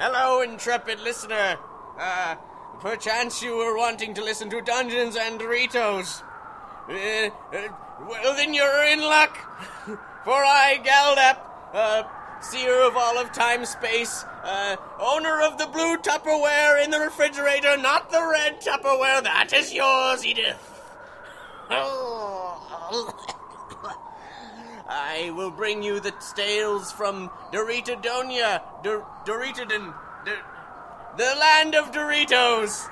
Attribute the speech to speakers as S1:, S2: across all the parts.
S1: Hello, intrepid listener. Uh, perchance you were wanting to listen to Dungeons and Doritos. Uh, uh, well, then you're in luck. For I, Galdap, uh, seer of all of time space, uh, owner of the blue Tupperware in the refrigerator, not the red Tupperware, that is yours, Edith. I will bring you the tales from Doritadonia, Dor- Doritodon, Dor- the land of Doritos.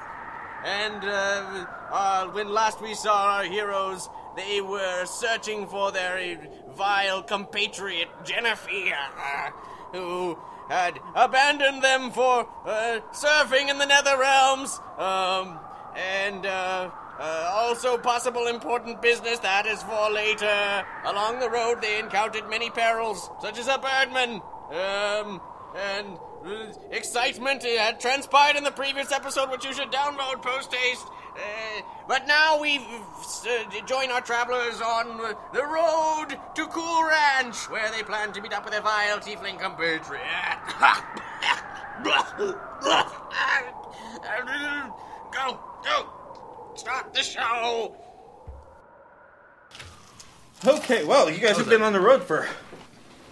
S1: And uh, uh, when last we saw our heroes, they were searching for their uh, vile compatriot Jennifer, uh, who had abandoned them for uh, surfing in the nether realms, um, and uh, uh, also possible important business that is for later. Along the road, they encountered many perils, such as a birdman, um, and uh, excitement uh, had transpired in the previous episode, which you should download post haste. Uh, but now we uh, join our travelers on uh, the road to Cool Ranch, where they plan to meet up with their vile tiefling compatriot. go, go, start the show.
S2: Okay, well, you guys have been on the road for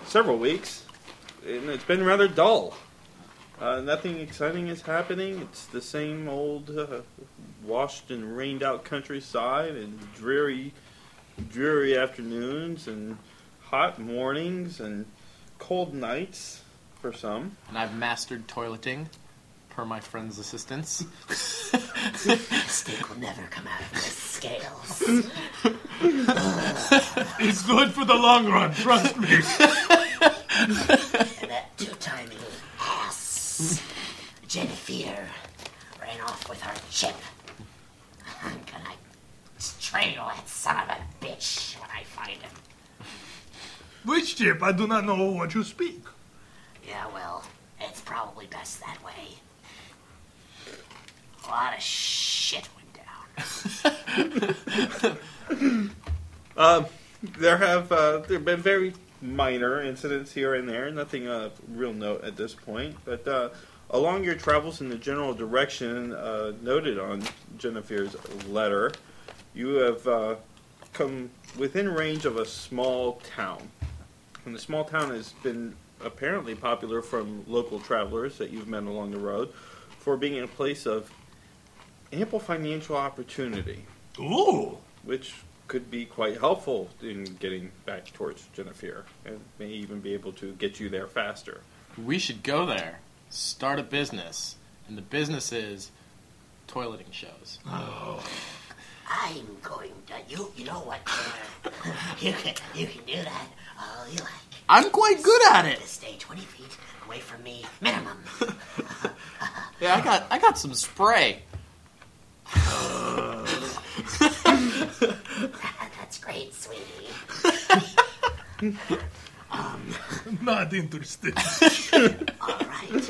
S2: several weeks, and it's been rather dull. Uh, nothing exciting is happening. It's the same old uh, washed and rained out countryside, and dreary, dreary afternoons, and hot mornings, and cold nights for some.
S3: And I've mastered toileting, per my friend's assistance.
S4: Steak will never come out of my scales.
S5: It's good for the long run, trust me.
S4: And that two-timing ass, Jennifer, ran off with her chip. I'm gonna strangle that son of a bitch when I find him.
S5: Which chip? I do not know what you speak.
S4: Yeah, well, it's probably best that way. A lot of shit went down.
S2: There have uh, there have been very minor incidents here and there, nothing of real note at this point. But uh, along your travels in the general direction uh, noted on Jennifer's letter, you have uh, come within range of a small town, and the small town has been apparently popular from local travelers that you've met along the road for being a place of ample financial opportunity
S5: Ooh,
S2: which could be quite helpful in getting back towards Jennifer, and may even be able to get you there faster.
S3: we should go there, start a business, and the business is toileting shows.
S4: I'm going to. You, you know what, Tanner? you, can, you can do that all you like.
S3: I'm quite good at
S4: to stay 20 feet away from me, minimum.
S3: Yeah, I got I got some spray.
S4: That's great, sweetie. Um,
S5: not interested.
S4: All right.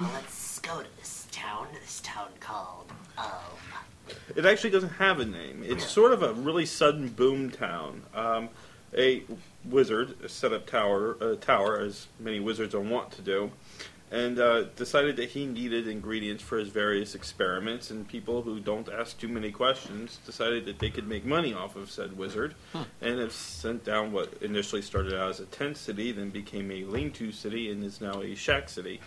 S4: Well, let's go to this town, this town called uh, Ulm.
S2: It actually doesn't have a name. It's sort of a really sudden boom town. Um, a wizard set up tower a tower as many wizards are wont to do, and uh, decided that he needed ingredients for his various experiments. And people who don't ask too many questions decided that they could make money off of said wizard, and have sent down what initially started out as a tent city, then became a lean-to city, and is now a shack city.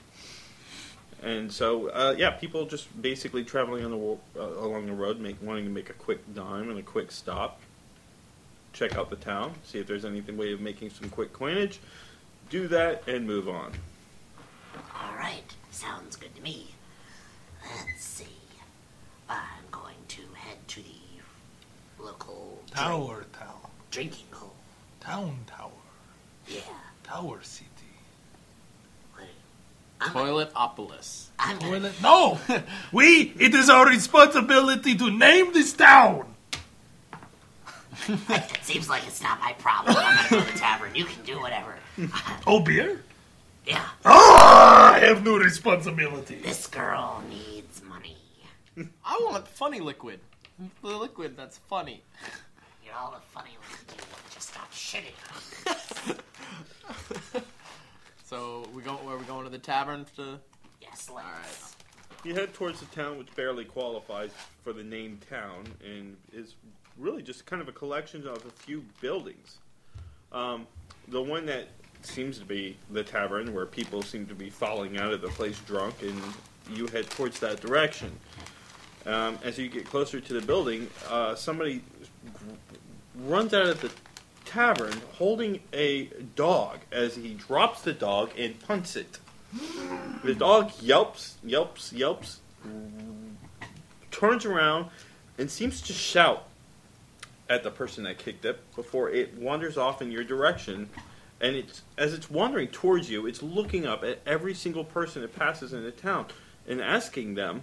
S2: And so, uh, yeah, people just basically traveling on the wo- uh, along the road, make wanting to make a quick dime and a quick stop, check out the town, see if there's anything way of making some quick coinage, do that, and move on.
S4: All right, sounds good to me. Let's see. I'm going to head to the local drink-
S5: tower, tower.
S4: drinking hole.
S5: Town, tower.
S4: Yeah.
S5: Tower City.
S3: Toiletopolis.
S4: I'm gonna,
S5: Toilet- No! we, it is our responsibility to name this town!
S4: it seems like it's not my problem. I'm gonna go to the tavern. You can do whatever.
S5: Oh, beer?
S4: Yeah,
S5: Ah, I have no responsibility.
S4: this girl needs money.
S3: I want funny liquid. The liquid that's funny.
S4: You're all the funny looking dude. Just stop shitting.
S3: So we go. Where we going to the tavern to?
S4: Yes, let's.
S2: You head towards the town, which barely qualifies for the name town, and is really just kind of a collection of a few buildings. Um, the one that seems to be the tavern, where people seem to be falling out of the place drunk, and you head towards that direction. Um, as you get closer to the building, uh, somebody runs out of the tavern holding a dog as he drops the dog and punts it. The dog yelps, yelps, yelps, turns around, and seems to shout at the person that kicked it before it wanders off in your direction. And it's as it's wandering towards you, it's looking up at every single person it passes in the town and asking them,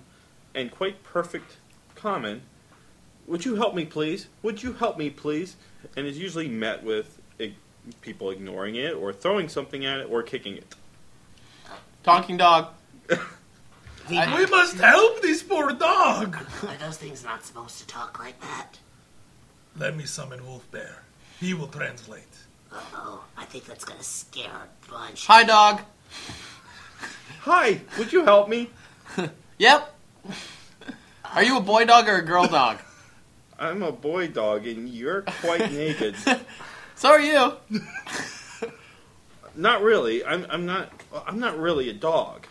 S2: in quite perfect common, "Would you help me, please? Would you help me, please?" And is usually met with ig- people ignoring it or throwing something at it or kicking it.
S3: Talking dog.
S5: We must help this poor dog!
S4: Are those things not supposed to talk like that?
S5: Let me summon Wolf Bear. He will translate.
S4: Uh oh, I think that's gonna scare a bunch.
S3: Hi dog.
S2: Hi, would you help me?
S3: Yep. Are you a boy dog or a girl dog?
S2: I'm a boy dog and you're quite naked.
S3: So are you.
S2: Not really. I'm I'm not I'm not really a dog.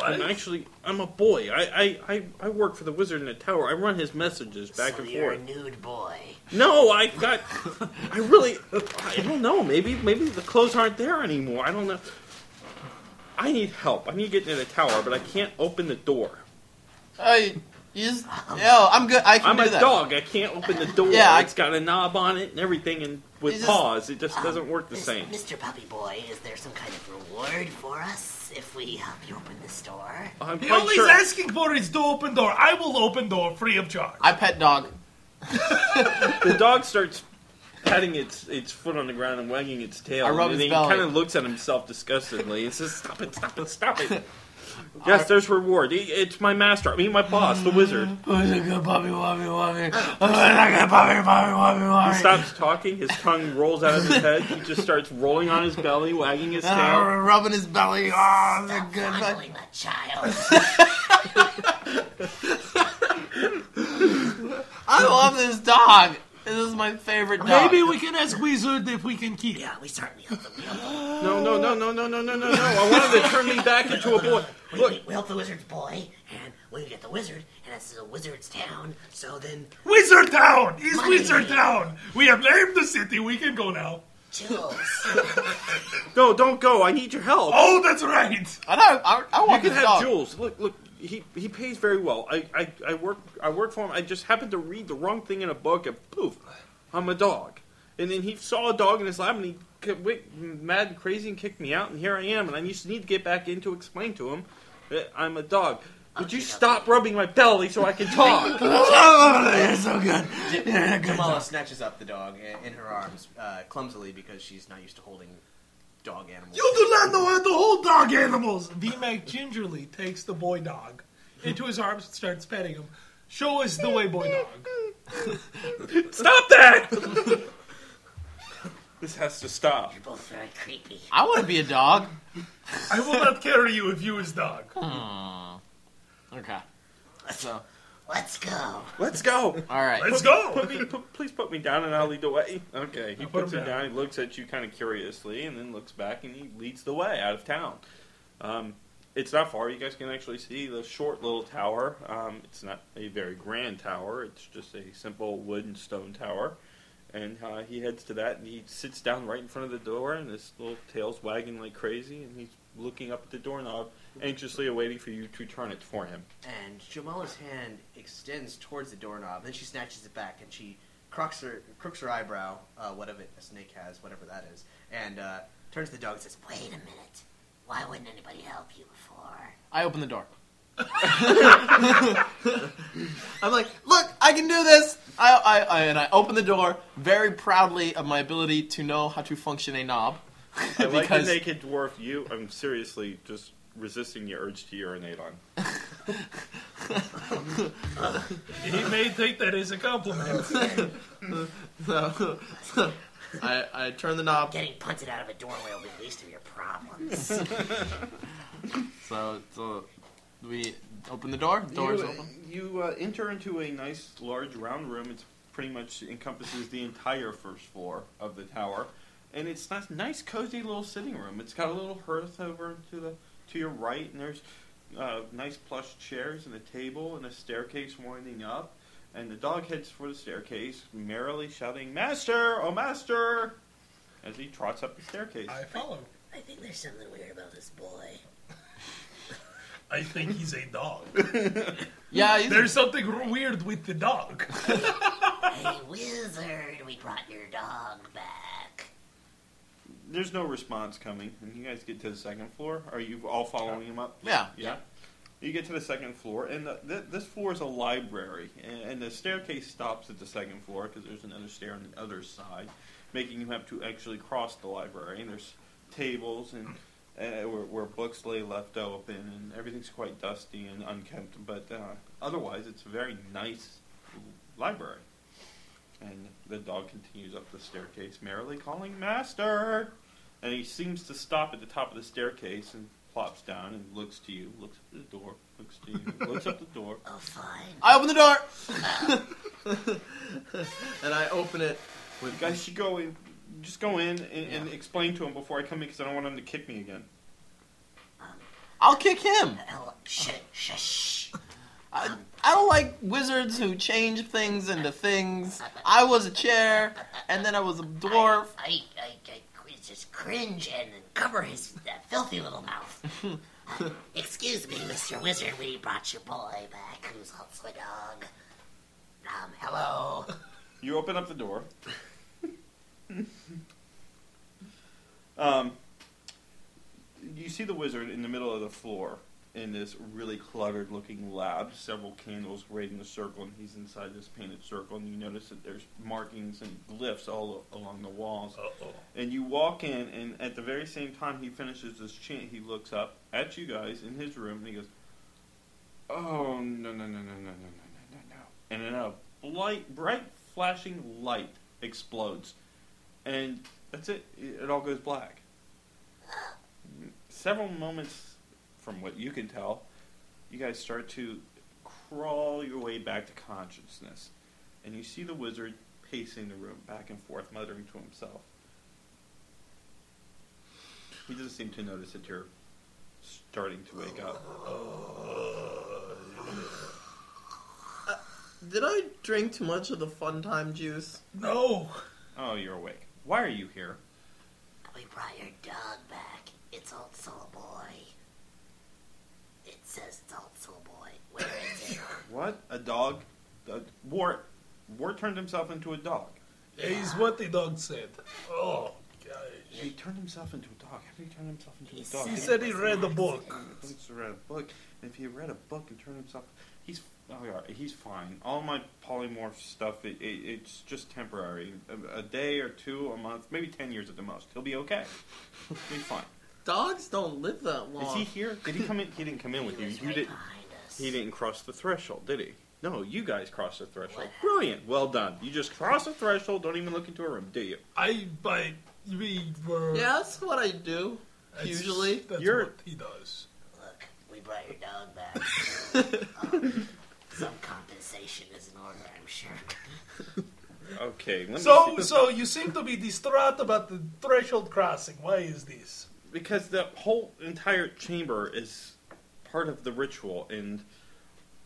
S2: I'm actually I'm a boy. I, I, I, I work for the wizard in the tower. I run his messages back
S4: so
S2: and
S4: you're
S2: forth.
S4: a nude boy.
S2: No, I got I really I don't know. Maybe maybe the clothes aren't there anymore. I don't know. I need help. I need to get into the tower, but I can't open the door.
S3: Uh, you you just. Yo, I'm good. I can
S2: I'm
S3: do
S2: a
S3: that.
S2: dog. I can't open the door.
S3: Yeah, I-
S2: it's got a knob on it and everything, and with
S3: You just- Ah.
S2: paws, it just doesn't work the
S4: Mis-
S2: same.
S4: Mr. Puppy Boy, is there some kind of reward for us if we help you open this door?
S2: I'm
S5: The
S2: quite
S5: only
S2: sure.
S5: asking for is to open door. I will open door free of charge.
S3: I pet dog.
S2: The dog starts patting its its foot on the ground and wagging its tail.
S3: I rub
S2: and
S3: his
S2: then
S3: belly.
S2: he kind of looks at himself disgustedly and says, "Stop it! Stop it! Stop it!" yes, there's reward. He- It's my master. I mean, my boss, the wizard.
S3: Mm-hmm.
S2: He stops talking. His tongue rolls out of his head. He just starts rolling on his belly, wagging his tail.
S3: rubbing his belly. Oh, the
S4: Stop
S3: good. dog.
S4: fondling that child.
S3: I love this dog. This is my favorite dog.
S5: Maybe we can ask Wizard if we can keep.
S4: yeah, we certainly help them. We help them.
S2: No, no, no, no, no, no, no, no, no! I wanted to turn me back into a boy.
S4: We,
S2: Look,
S4: we, we help the wizard's boy, and we get the wizard, and this is a wizard's town, so then
S5: Wizard Town! Is
S4: Money.
S5: Wizard Town! We have named the city. We can go now.
S4: chills.
S2: no, don't go. I need your help.
S5: Oh, that's right.
S3: I know. I, I
S2: You
S3: want
S2: can
S3: this
S2: have
S3: dog.
S2: Jules. Look, look. He he pays very well. I, I I work I work for him. I just happened to read the wrong thing in a book, and poof, I'm a dog. And then he saw a dog in his lab, and he got wick- mad and crazy and kicked me out. And here I am, and I just need to get back in to explain to him that I'm a dog. Would you stop rubbing my belly so I can talk?
S6: Kamala snatches up the dog i- in her arms uh, clumsily because she's not used to holding dog animals.
S5: You do not know how to hold dog animals. V-Mac gingerly takes the boy dog into his arms and starts petting him. Show us the way, boy dog.
S2: stop that! this has to stop.
S4: Both very creepy.
S3: I want to be a dog.
S5: I will not carry you if you is dog.
S3: Okay. So,
S4: Let's go.
S2: Let's go.
S3: all right.
S5: Let's go.
S2: Put me, put, please put me down and I'll lead the way. Okay, he
S5: I'll put
S2: puts
S5: him
S2: him down.
S5: down.
S2: He looks at you kind of curiously, and then looks back and he leads the way out of town. Um, it's not far. You guys can actually see the short little tower. Um, it's not a very grand tower. It's just a simple wood and stone tower. And uh, he heads to that, and he sits down right in front of the door, and his little tail's wagging like crazy, and he's looking up at the doorknob, anxiously awaiting for you to turn it for him.
S6: And Jamala's hand extends towards the doorknob, then she snatches it back and she crooks her, crooks her eyebrow, uh, whatever a snake has, whatever that is, and uh, Turns to the dog and says,
S4: Wait a minute. Why wouldn't anybody help you before?
S3: I open the door.
S6: I'm like,
S3: Look, I can do this. I, I, I and I open the door very proudly of my ability to know how to function a knob.
S2: I like the
S3: Because-
S2: naked dwarf. You, I'm seriously just resisting the urge to urinate on.
S5: He may think that is a compliment.
S3: So, so I, I turn the knob.
S4: Getting punted out of a doorway will be the least of your problems.
S3: So, so we open the door. Doors
S2: you,
S3: open.
S2: You uh, enter into a nice, large, round room. It's pretty much encompasses the entire first floor of the tower, and it's a nice, cozy little sitting room. It's got a little hearth over to the to your right, and there's uh, nice plush chairs and a table and a staircase winding up. And the dog heads for the staircase, merrily shouting, "Master! Oh, master!" As he trots up the staircase.
S5: I follow.
S4: I think there's something weird about this boy.
S5: I think he's a dog.
S3: Yeah, he's-
S5: There's something r- weird with the dog.
S4: Hey, wizard, we brought your dog back.
S2: There's no response coming, and you guys get to the second floor. Are you all following him up?
S3: Yeah.
S2: Yeah. You get to the second floor, and the, th- this floor is a library, and, and the staircase stops at the second floor because there's another stair on the other side, making you have to actually cross the library. And there's tables and uh, where, where books lay left open, and everything's quite dusty and unkempt. But uh, otherwise, it's a very nice library. And the dog continues up the staircase, merrily calling "Master." And he seems to stop at the top of the staircase and plops down and looks to you, looks up at the door, looks to you, looks up the door.
S4: Oh, fine.
S3: I open the door. and I open it with
S2: You guys should go in. Just go in and, and explain to him before I come in because I don't want him to kick me again.
S3: I'll kick him.
S4: Oh, shh, shh, shh.
S3: I, I don't like wizards who change things into things. I was a chair, and then I was a dwarf.
S4: I, I, I, I just cringe and cover his uh, filthy little mouth. Uh, excuse me, Mr. Wizard, we brought your boy back, who's also a dog. Um, hello.
S2: You open up the door. um, you see the wizard in the middle of the floor in this really cluttered looking lab, several candles right in a circle, and he's inside this painted circle, and you notice that there's markings and glyphs all a- along the walls.
S5: Uh-oh.
S2: And you walk in, and at the very same time he finishes this chant, he looks up at you guys in his room, and he goes, "Oh no no no no no no no no no!" And then a blight, bright flashing light explodes, and that's it. It it all goes black. Several moments, from what you can tell, you guys start to crawl your way back to consciousness, and you see the wizard pacing the room back and forth, muttering to himself. He doesn't seem to notice that you're starting to wake up.
S3: Did I drink too much of the fun time juice?
S5: No.
S2: Oh, you're awake. Why are you here?
S4: We brought your dog back. It's also a boy. It says it's also a boy. Where is it?
S2: What? A dog? The War War turned himself into a dog.
S5: Is what the dog said. Oh, gosh.
S2: He turned himself into a dog. How did he turn himself into a
S4: He's
S2: dog?
S5: He said he read the book.
S2: He's read a book. And if he read a book and turned himself, he's oh yeah, he's fine. All my polymorph stuff, it, it, it's just temporary. A, a day or two, a month, maybe ten years at the most. He'll be okay. He'll be fine.
S3: Dogs don't live that long.
S2: Is he here? Did he come in? He didn't come in with you.
S4: It's
S2: You
S4: right
S2: didn't.
S4: behind us.
S2: He didn't cross the threshold, did he? No, you guys crossed the threshold. Brilliant. Well done. You just cross the threshold, don't even look into a room, do you?
S5: I, I, we were.
S3: Yeah, that's what I do.
S5: that's-
S3: usually.
S5: That's
S2: You're-
S5: what he does.
S4: Look, we brought your dog back. Um, some compensation is in order, I'm sure.
S2: Okay. Let
S5: So,
S2: me see.
S5: so you seem to be distraught about the threshold crossing. Why is this?
S2: because the whole entire chamber is part of the ritual and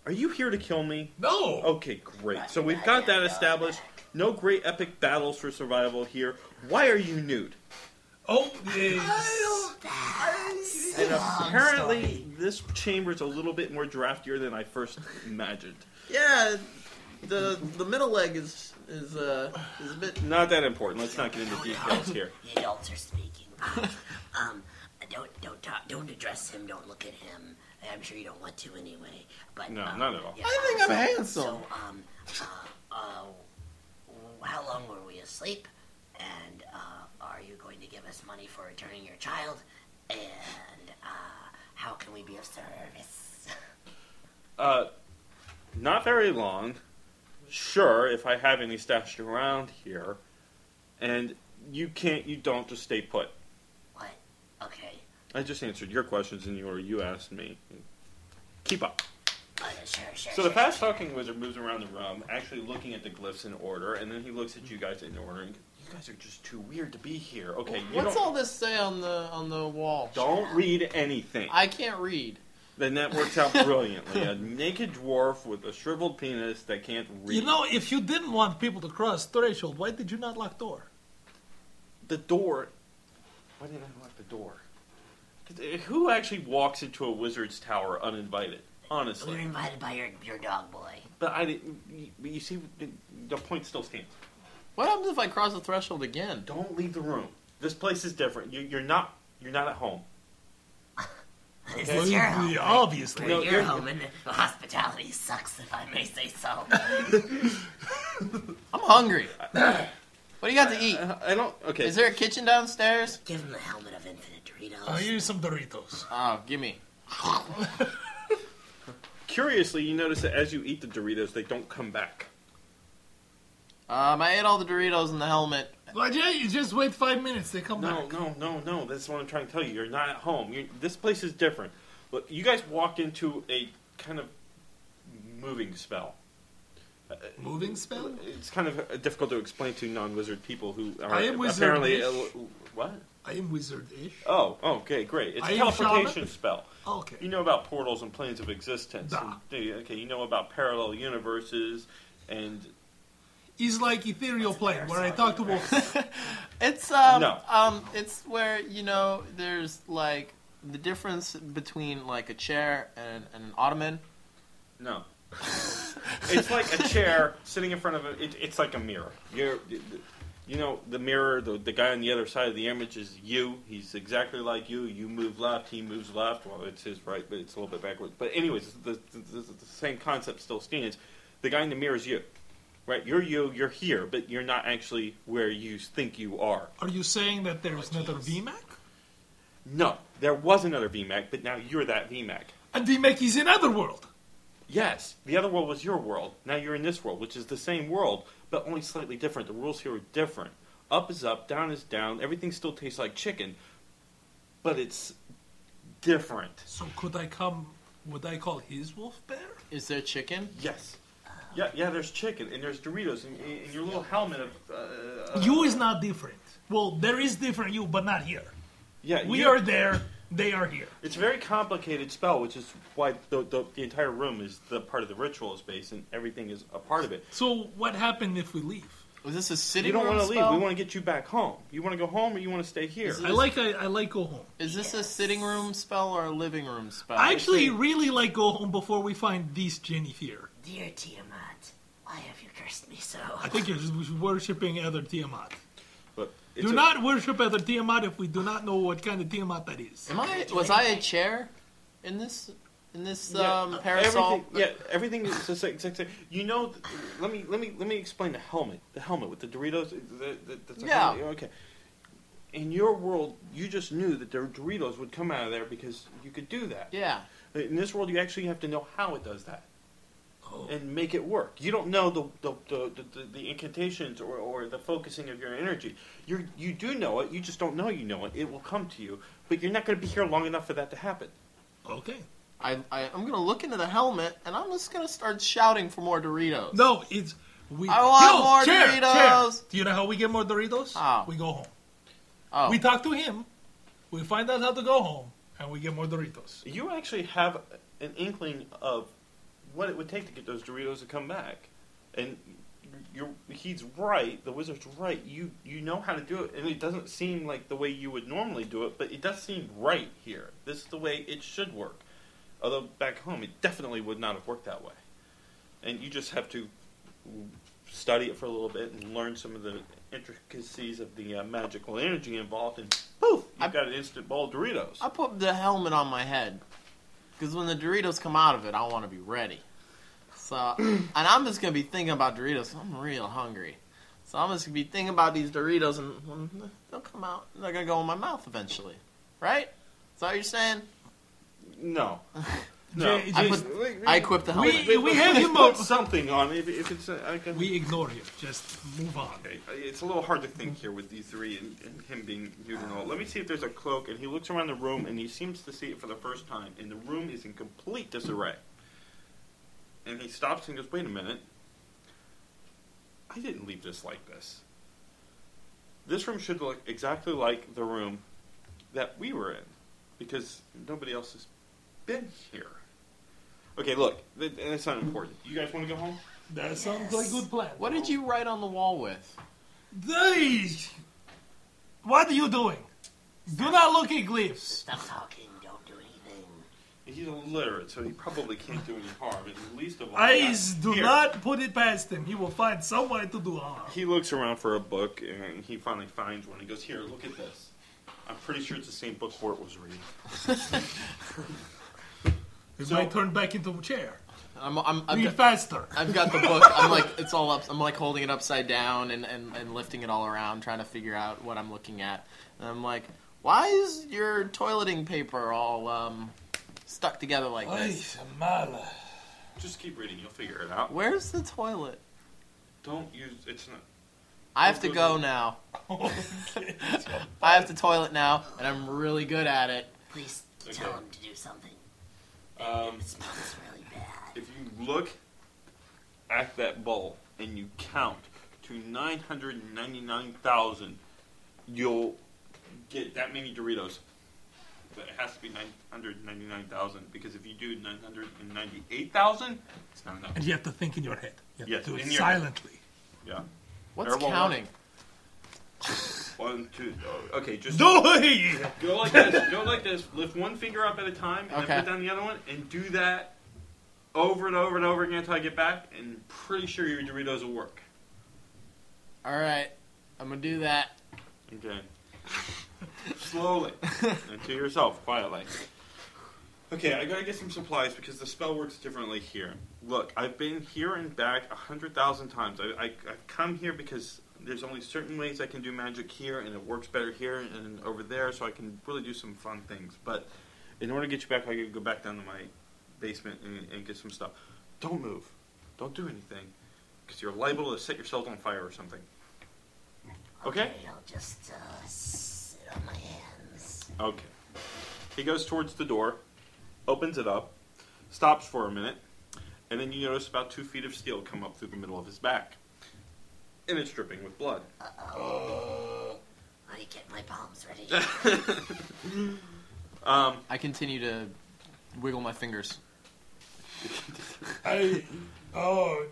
S2: are you here to kill me?
S5: No.
S2: Okay, great. So we've got that established. No great epic battles for survival here. Why are you nude?
S5: Oh, eh,
S2: And apparently this chamber's a little bit more draftier than I first imagined.
S3: Yeah, the the middle leg is is uh is a bit.
S2: Not that important. Let's not get into details here.
S4: The adults are speaking. Um, don't don't talk, don't address him. Don't look at him. I'm sure you don't want to anyway. But
S2: No,
S4: um,
S2: not at all.
S4: yeah.
S3: I think I'm handsome.
S4: So um, uh, uh, w- how long were we asleep? And uh, are you going to give us money for returning your child? And uh, how can we be of service?
S2: Uh, not very long. Sure, if I have any stashed around here, and you can't, you don't just stay put.
S4: what? Okay.
S2: I just answered your questions in the order you asked me. Keep up.
S4: Uh, sure, sure.
S2: So the
S4: sure.
S2: fast talking wizard moves around the room, actually looking at the glyphs in order, and then he looks at you guys in order. And, you guys are just too weird to be here. Okay, you
S3: What's
S2: don't,
S3: all this say on the on the wall?
S2: don't read anything.
S3: I can't read.
S2: Then that worked out brilliantly. a naked dwarf with a shriveled penis that can't read.
S5: You know, if you didn't want people to cross threshold, why did you not lock door?
S2: the door. Why didn't I lock the door? 'Cause, uh, Who actually walks into a wizard's tower uninvited?
S4: We were
S2: Honestly,
S4: invited by your your dog boy.
S2: but I didn't. you- But you see, the- the point still stands.
S3: What happens if I cross the threshold again?
S2: Don't leave the room. This place is different. You, you're not. You're not at home.
S4: This
S5: Well,
S4: is your home.
S5: yeah,
S4: right?
S5: obviously.
S4: We're
S2: No,
S4: your
S2: you're-
S4: home, and the hospitality sucks, if I may say so.
S3: I'm hungry. what do you got to eat?
S2: I don't. Okay.
S3: Is there a kitchen downstairs?
S4: Give him the helmet of infinite Doritos.
S5: I'll use some Doritos.
S3: Oh, gimme.
S2: Curiously, you notice that as you eat the Doritos, they don't come back.
S3: Um, I ate all the Doritos in the helmet.
S5: Well, yeah, you just wait five minutes, they come
S2: No,
S5: back.
S2: no, no, no. That's what I'm trying to tell you. You're not at home. you this place is different. Look, you guys walked into a kind of moving spell.
S5: Moving spell?
S2: It's kind of uh, difficult to explain to non-wizard people who are
S5: I am wizard-ish.
S2: apparently ill- what?
S5: I am wizard-ish.
S2: Oh, okay, great. It's
S5: I
S2: a
S5: am
S2: teleportation
S5: shaman.
S2: spell.
S5: Okay.
S2: You know about portals and planes of existence.
S5: Bah.
S2: And, okay, you know about parallel universes and
S5: He's like ethereal plane, where I talk to wolves.
S3: It's um,
S2: No.
S3: um, it's where you know there's like the difference between like a chair and, and an ottoman.
S2: No. it's like a chair sitting in front of a. It, it's like a mirror. You're, you know, the mirror. The, the guy on the other side of the image is you. He's exactly like you. You move left. He moves left. Well, it's his right, but it's a little bit backwards. But anyways, the, the, the, the same concept still stands. The guy in the mirror is you, right? You're you. You're here, but you're not actually where you think you are.
S5: Are you saying that there's another VMAC?
S2: No, there was another VMAC, but now you're that VMAC.
S5: And VMAC is in other world.
S2: Yes, the other world was your world. Now you're in this world, which is the same world, but only slightly different. The rules here are different. Up is up, down is down. Everything still tastes like chicken, but it's different.
S5: So could I come? Would I call his wolf bear?
S3: Is there chicken?
S2: Yes. Yeah, yeah. There's chicken and there's Doritos and, and your little helmet of uh,
S5: you is not different. Well, there is different you, but not here.
S2: yeah.
S5: We
S2: you-
S5: are there. They are here.
S2: It's a very complicated spell, which is why the, the, the entire room is the part of the ritual is based, and everything is a part of it.
S5: So what happened if we leave?
S3: Was this a city?
S2: You don't
S3: want to
S2: leave. We want to get you back home. You want to go home, or you want to stay here?
S5: I like I, I like go home.
S3: Is this a sitting room spell or a living room spell?
S5: I actually really like go home before we find these Jennifer.
S4: Dear Tiamat, why have you cursed me so?
S5: I think you're just worshipping other Tiamat.
S2: But it's
S5: Do
S2: a-
S5: not worship other Tiamat if we do not know what kind of Tiamat that is.
S3: Am I? Was I a chair in this in this um, parasol?
S2: Everything, yeah, everything is the same. same- same. You know, th- let me let me let me explain the helmet. The helmet with the Doritos. The, the, that's a
S3: Yeah.
S2: helmet, Okay. In your world, you just knew that the Doritos would come out of there because you could do that.
S3: Yeah.
S2: In this world, you actually have to know how it does that.
S3: Oh,
S5: Oh,
S2: And make it work. You don't know the the, the, the, the, the incantations or, or the focusing of your energy. You you do know it. You just don't know you know it. It will come to you, but you're not going to be here long enough for that to happen.
S3: eh.
S5: Okay.
S3: I, I I'm gonna look into the helmet and I'm just gonna start shouting for more Doritos.
S5: No, it's we.
S3: I want
S5: Yo,
S3: more
S5: chair,
S3: Doritos.
S5: chair. Do you know how we get more Doritos?
S3: How?
S5: We go home.
S3: Oh.
S5: We talk to him. We find out how to go home, and we get more Doritos.
S2: You actually have an inkling of what it would take to get those Doritos to come back, and you're, he's right. The wizard's right. You you know how to do it, and it doesn't seem like the way you would normally do it, but it does seem right here. This is the way it should work. Although back home, it definitely would not have worked that way, and you just have to study it for a little bit and learn some of the intricacies of the uh, magical energy involved, and Poof! You've got an instant bowl of Doritos.
S3: I put the helmet on my head because when the Doritos come out of it, I want to be ready. So, and I'm just gonna be thinking about Doritos. 'cause I'm real hungry, so I'm just gonna be thinking about these Doritos, and mm, they'll come out. They're gonna go in my mouth eventually, right? Is that what you're saying?
S2: No. No.
S5: Jay-
S3: I,
S5: Jay-
S3: put, I equipped the helmet.
S5: we- we have
S2: Please
S5: him
S2: put
S5: up.
S2: something on if, if it's. uh, I can,
S5: we ignore him. Just move on.
S2: It's a little hard to think here with these three and, and him being muted and all. Let me see if there's a cloak. And he looks around the room and he seems to see it for the first time. And the room is in complete disarray. And he stops and goes, "Wait a minute! I didn't leave this like this. This room should look exactly like the room that we were in, because nobody else has been here." Okay, look, th- and it's not important. You guys want to go home?
S5: That sounds like a good plan.
S3: What did you write on the wall with?
S5: These- What are you doing? Do not look at glyphs.
S4: Stop talking. Don't do anything.
S2: He's illiterate, so he probably can't do any harm. At least of all,
S5: Eyes do
S2: Here.
S5: not put it past him. He will find some way to do harm.
S2: He looks around for a book, and he finally finds one. He goes, "Here, look at this. I'm pretty sure it's the same book Fort was reading."
S5: He
S2: So-
S5: might turn back into a chair.
S3: I'm, I'm, I'm
S5: Read faster.
S3: I've got the book. I'm like it's all up. I'm like holding it upside down and, and, and lifting it all around, trying to figure out what I'm looking at. And I'm like, why is your toileting paper all um, stuck together like this?
S5: mala.
S2: Just keep reading; you'll figure it out.
S3: Where's the toilet?
S2: Don't use it's not.
S3: I have to go now. I have to toilet now, and I'm really good at it.
S4: Please
S2: Okay.
S4: tell him to do something.
S2: Um,
S4: It smells really bad.
S2: if you look at that bowl and you count to nine hundred ninety-nine thousand, you'll get that many Doritos. But it has to be nine hundred ninety-nine thousand because if you do nine hundred and ninety-eight thousand, it's not enough.
S5: And you have to think in your head. You have
S2: Yes,
S5: to do it
S2: in your-
S5: silently.
S2: Yeah.
S3: What's
S2: Terrible
S3: counting?
S2: One, two. oh, okay, just
S5: Do it!
S2: go like this. Go like this. Lift one finger up at a time, and
S3: Okay.
S2: then put down the other one, and do that over and over and over again until I get back. And pretty sure your Doritos will work.
S3: All right, I'm gonna do that.
S2: Okay. Slowly and to yourself, quietly. Okay, I gotta get some supplies because the spell works differently here. Look, I've been here and back a hundred thousand times. I, I, I've come here because there's only certain ways I can do magic here, and it works better here and over there, so I can really do some fun things. But in order to get you back, I gotta go back down to my basement and, and get some stuff. Don't move. Don't do anything, because you're liable to set yourselves on fire or something. Okay?
S4: I'll just uh, sit on my hands.
S2: Okay. He goes towards the door, opens it up, stops for a minute, and then you notice about two feet of steel come up through the middle of his back. And it's dripping with blood.
S4: Let me get my palms ready.
S3: I continue to wiggle my fingers.
S5: I, oh,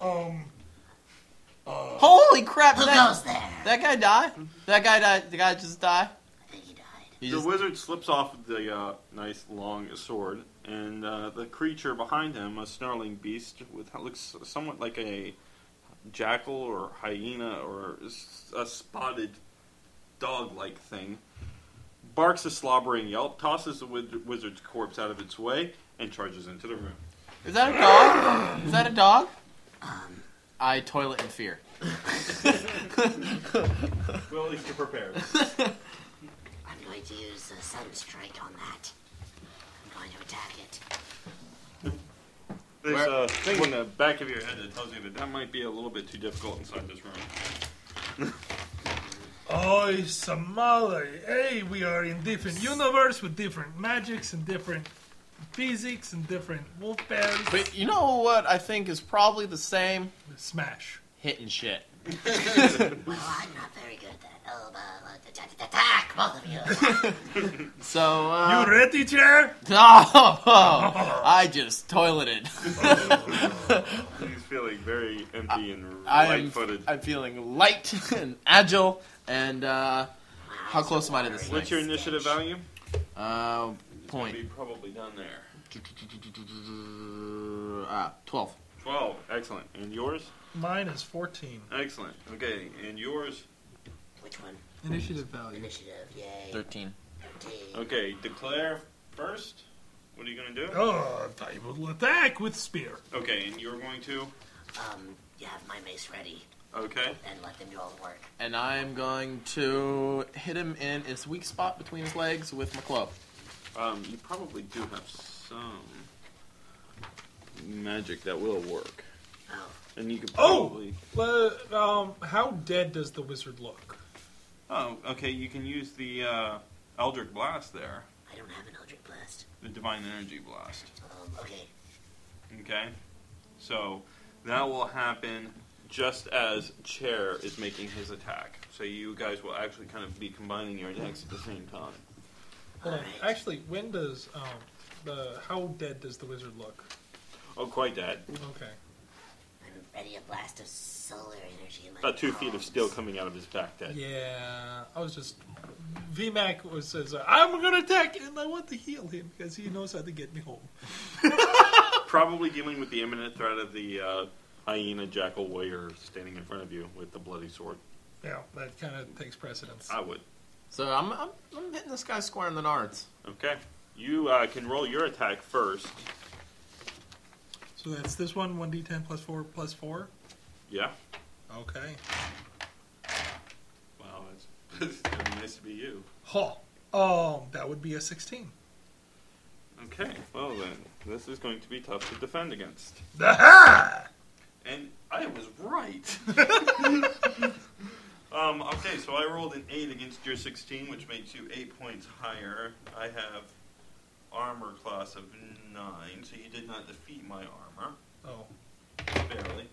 S5: um,
S3: Holy crap!
S4: Who
S3: That,
S4: goes there?
S3: that guy died. That guy died. The guy just died.
S4: I think he died.
S3: He
S2: the
S3: just-
S2: wizard slips off the uh, nice long sword, and uh, the creature behind him, a snarling beast, with looks somewhat like a jackal or hyena or s- a spotted dog-like thing, barks a slobbering yelp, tosses the wiz- wizard's corpse out of its way, and charges into the room.
S3: Is that a dog? Is that a dog? I toilet in fear.
S2: Well, at least you're prepared.
S4: I'm going to use a sun strike on that. I'm going to attack it.
S2: There's
S3: Where-
S2: a thing in the back of your head that tells you that that might be a little bit too difficult inside this room.
S5: oh, Samali. Hey, we are in different universe with different magics and different physics and different wolf bears.
S3: But you know what I think is probably the same?
S5: Smash.
S3: Hitting shit.
S4: Well, I'm not very good at that. Oh, uh, attack, attack, attack, both of you.
S3: So,
S5: You
S3: uh.
S5: ready, chair?
S3: Oh, I just toileted.
S2: He's feeling very empty and
S3: I am,
S2: light-footed.
S3: I'm feeling light and agile, and, uh. How close am I to this thing?
S2: What's your initiative value?
S3: Uh,
S2: Be
S3: point.
S2: probably down there.
S3: Uh, 12.
S2: 12. Excellent. And yours?
S5: Mine is 14.
S2: Excellent. Okay, and yours?
S4: Which one?
S3: Initiative value.
S4: Initiative, yay.
S3: Thirteen.
S4: Thirteen.
S2: Okay, declare first. What are you going to do?
S5: Oh, diagonal attack with spear.
S2: Okay, and you're going to.
S4: Um, you have my mace ready
S2: Okay.
S4: and let them do all the work.
S3: And I'm going to hit him in his weak spot between his legs with my club.
S2: Um, you probably do have some magic that will work,
S4: Oh,
S2: and you could
S5: Oh!
S2: probably.
S5: Well, um, how dead does the wizard look?
S2: Oh, okay. You can use the uh, Eldritch Blast there,
S4: I don't have an Eldritch Blast.
S2: the Divine Energy Blast.
S4: Um, okay.
S2: Okay, so that will happen just as Chair is making his attack. So you guys will actually kind of be combining your attacks at the same time.
S5: Hold on.
S4: Alright.
S5: Actually, when does um, the how dead does the wizard look?
S2: Oh, quite that.
S5: Okay.
S4: I'm ready a blast of solar energy in my
S2: About Uh, two feet of
S4: palms.
S2: steel coming out of his back. That
S5: Yeah, I was just VMAC was says I'm gonna attack and I want to heal him because he knows how to get me home.
S2: probably dealing with the imminent threat of the uh, hyena jackal warrior standing in front of you with the bloody sword.
S5: Yeah, that kind of takes precedence.
S2: I would.
S3: So I'm, I'm, I'm hitting this guy square in the nards.
S2: Okay, you uh, can roll your attack first.
S5: So that's this one, one d10 plus four plus four.
S2: Yeah.
S5: Okay.
S2: Wow, that's that'd be nice to be you.
S5: Huh. Um, that would be a sixteen.
S2: Okay, well then, this is going to be tough to defend against.
S5: Aha!
S2: And I was right. um, okay, so I rolled an 8 against your 16, which makes you 8 points higher. I have armor class of 9, so you did not defeat my armor,
S5: Oh,
S2: barely.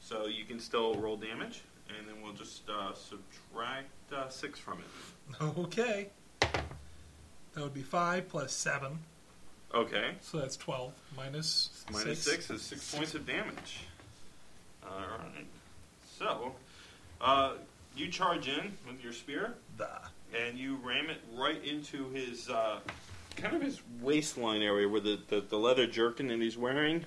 S2: So you can still roll damage, and then we'll just uh, subtract uh, 6 from it.
S5: okay. That would be five plus seven,
S2: Okay.
S5: so that's twelve minus
S2: Minus six is six points of damage. All right. So, uh, you charge in with your spear,
S5: Bah.
S2: and you ram it right into his uh, kind of his waistline area where the, the, the leather jerkin that he's wearing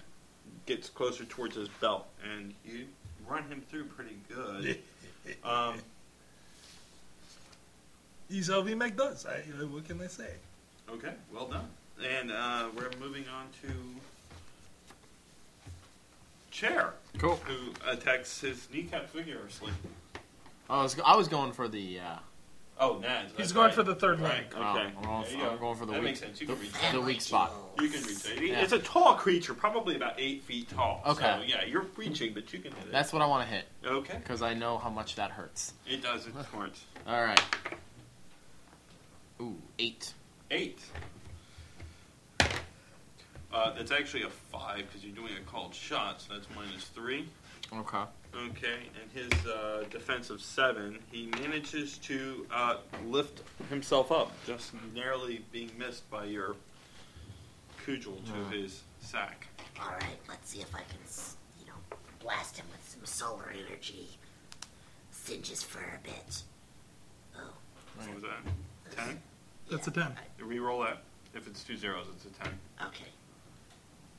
S2: gets closer towards his belt, and you run him through pretty good. um,
S5: He's how VMAC does. I, I- what can I say?
S2: okay, well done. And uh, we're moving on to chair,
S3: Cool.
S2: who attacks his kneecap vigorously.
S3: I was, I was going for the. Uh,
S2: Oh, Naz.
S5: He's
S2: that's
S5: going
S2: right.
S5: for the third
S2: Right,
S5: leg.
S2: Okay.
S3: Oh, I'm going
S2: There
S3: for-
S2: you go.
S3: I'm going for the
S2: That
S3: weak-
S2: makes sense. You can reach.
S3: the weak spot.
S2: You can reach it.
S3: Yeah.
S2: It's a tall creature, probably about eight feet tall. So
S3: Okay.
S2: yeah, you're reaching, but you can hit it.
S3: that's what I want to hit
S2: okay.
S3: because I know how much that hurts.
S2: It does. It hurts.
S3: All right. Ooh, eight.
S2: Eight. Uh, that's actually a five because you're doing a called shot, so that's minus three.
S3: Okay.
S2: Okay, and his uh, defense of seven, he manages to uh, lift himself up, just narrowly being missed by your cudgel to his sack.
S4: All right, let's see if I can, s- you know, blast him with some solar energy. Singe his fur a bit. Oh,
S2: What was that? Ten?
S5: That's a ten.
S2: You Reroll that. If it's two zeros, it's a ten.
S4: okay.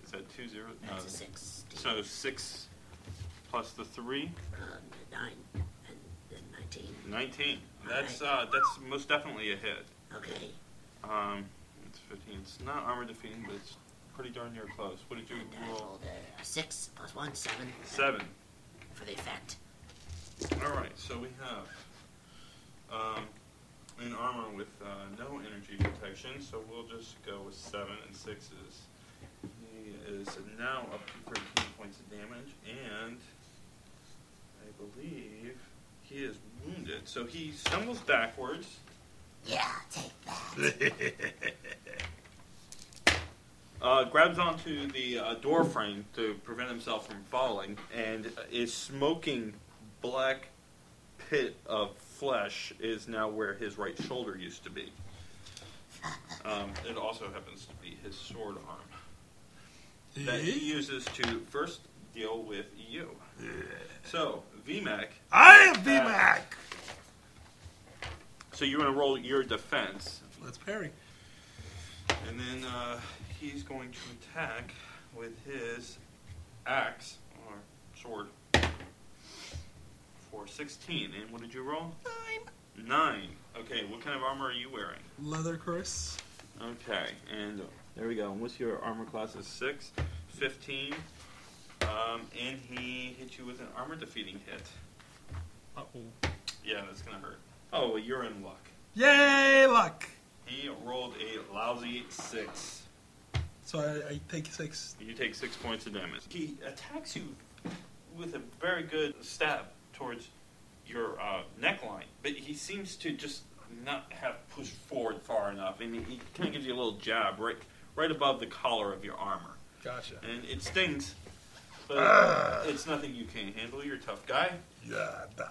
S2: Is that two zeros? No.
S4: That's a six.
S2: Um, So six plus the three,
S4: Um, a nine and, and nineteen.
S2: nineteen. That's uh, that's most definitely a hit.
S4: Okay.
S2: Um, it's fifteen. It's not armor defeating, but it's pretty darn near close. What did you
S4: And I
S2: roll?
S4: rolled a, a six plus one, seven.
S2: Seven.
S4: For the effect.
S2: All right. So we have um, an armor with uh, no energy protection. So we'll just go with seven and six is he is now up to thirteen points of damage, and I believe he is wounded. So he stumbles backwards.
S4: Yeah, take that.
S2: uh, grabs onto the uh, door frame to prevent himself from falling and is smoking black pit of flesh is now where his right shoulder used to be. Um, it also happens to be his sword arm that he uses to first deal with you. So, VMAC. uh,
S5: I am VMAC.
S2: So you're going to roll your defense.
S5: Let's parry.
S2: And then uh, he's going to attack with his axe or sword for 16. And what did you roll? Nine. Nine. Okay, what kind of armor are you wearing?
S5: Leather Chris.
S2: Okay, and uh, there we go. And what's your armor class? Is 6, 15. Um, and he hit you with an armor defeating hit.
S5: Uh oh.
S2: Yeah, that's gonna hurt. Oh, well, you're in luck.
S5: Yay, luck!
S2: He rolled a lousy 6.
S5: So I, I take six.
S2: You take six points of damage. He attacks you with a very good stab towards your uh, neckline, but he seems to just not have pushed forward far enough, and he kind of gives you a little jab right, right above the collar of your armor,
S5: Gotcha.
S2: and it stings. But it's nothing you can't handle. You're a tough guy.
S5: Yeah, da.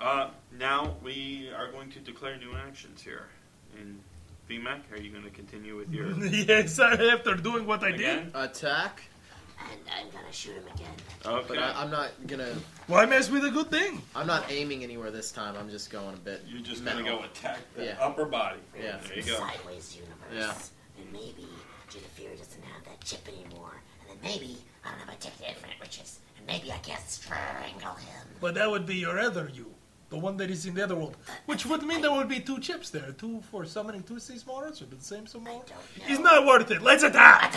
S2: Uh, now we are going to declare new actions here. And VMAC, are you going to continue with your
S5: yes, I- after doing what I
S2: again?
S3: Attack,
S4: And I'm gonna shoot him again.
S2: Okay.
S3: but I, I'm not gonna.
S5: did. Why mess with a good thing?
S3: I'm not aiming anywhere this time. I'm just going a bit.
S2: You're just gonna
S3: metal.
S2: go attack the
S3: Yeah.
S2: upper body.
S3: Yeah.
S2: There you go.
S4: Sideways universe.
S3: Yeah.
S4: And maybe Jennifer doesn't have that chip anymore. And then maybe I don't have a ticket to infinite riches. And maybe I can't strangle him.
S5: But that would be your other you. The one that is in the other world. Which would mean there would be two chips there. Two for summoning two sea mortars, or the same summoner.
S4: don't
S5: It's not worth it. Let's attack!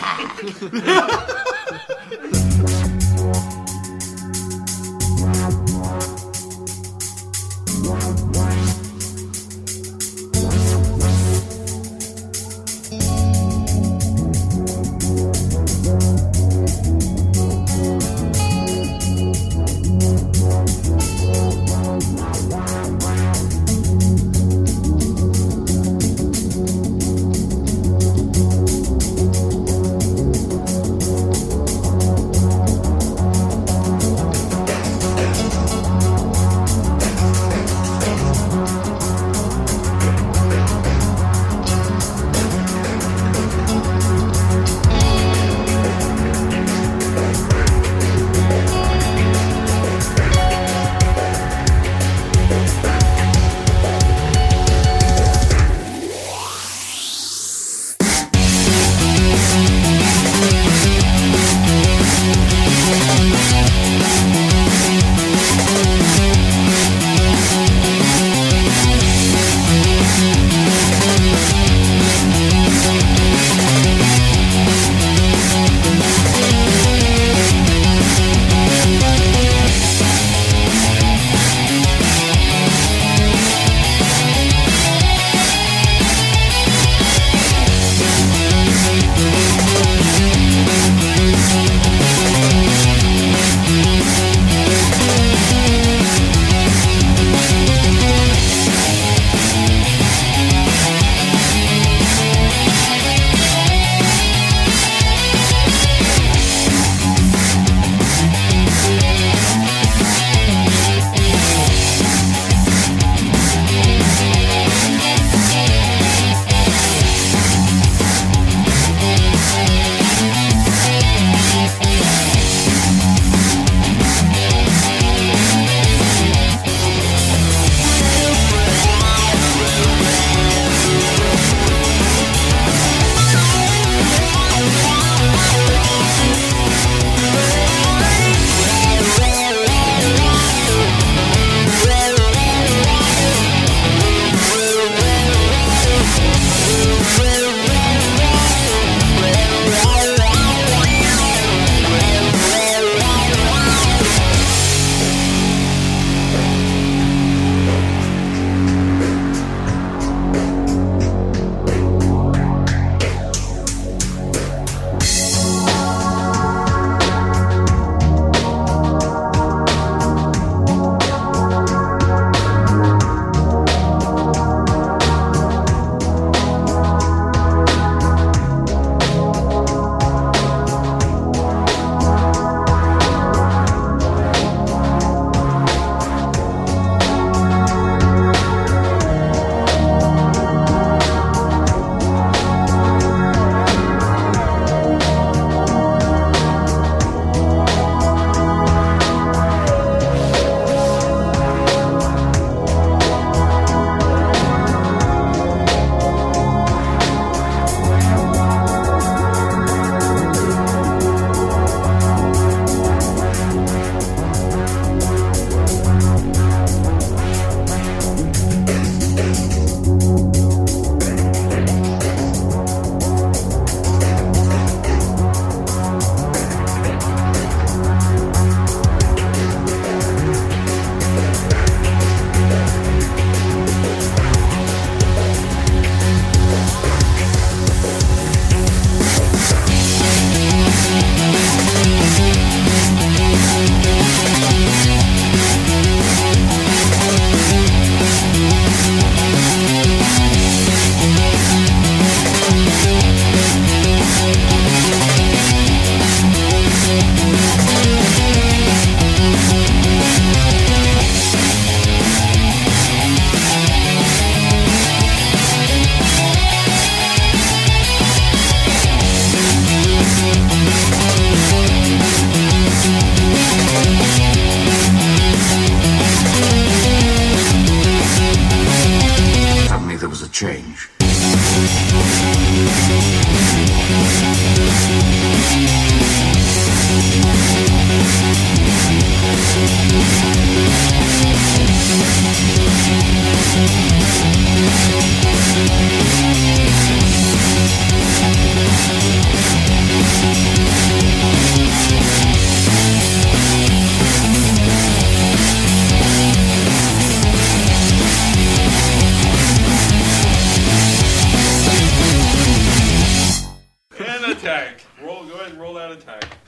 S2: attack. Roll. Go ahead and roll that attack.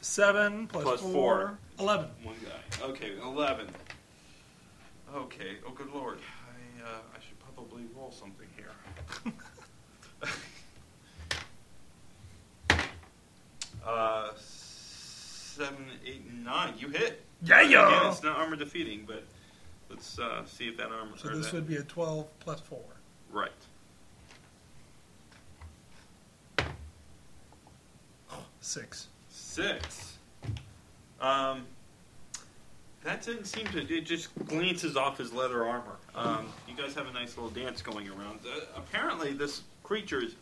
S5: Seven plus,
S2: Plus
S5: four.
S2: four.
S5: Eleven.
S2: One guy. Okay, eleven. Okay. Oh, good lord. I uh, I should probably roll something here. uh, seven, eight, and nine. You hit.
S5: Yeah,
S2: Again,
S5: yeah.
S2: it's not armor defeating, but let's uh, see if that armor.
S5: So
S2: or
S5: this
S2: that-
S5: would be a twelve plus four.
S2: Right.
S5: Six.
S2: Six. Um, that didn't seem to. It just glances off his leather armor. Um, you guys have a nice little dance going around. Uh, apparently, this creature is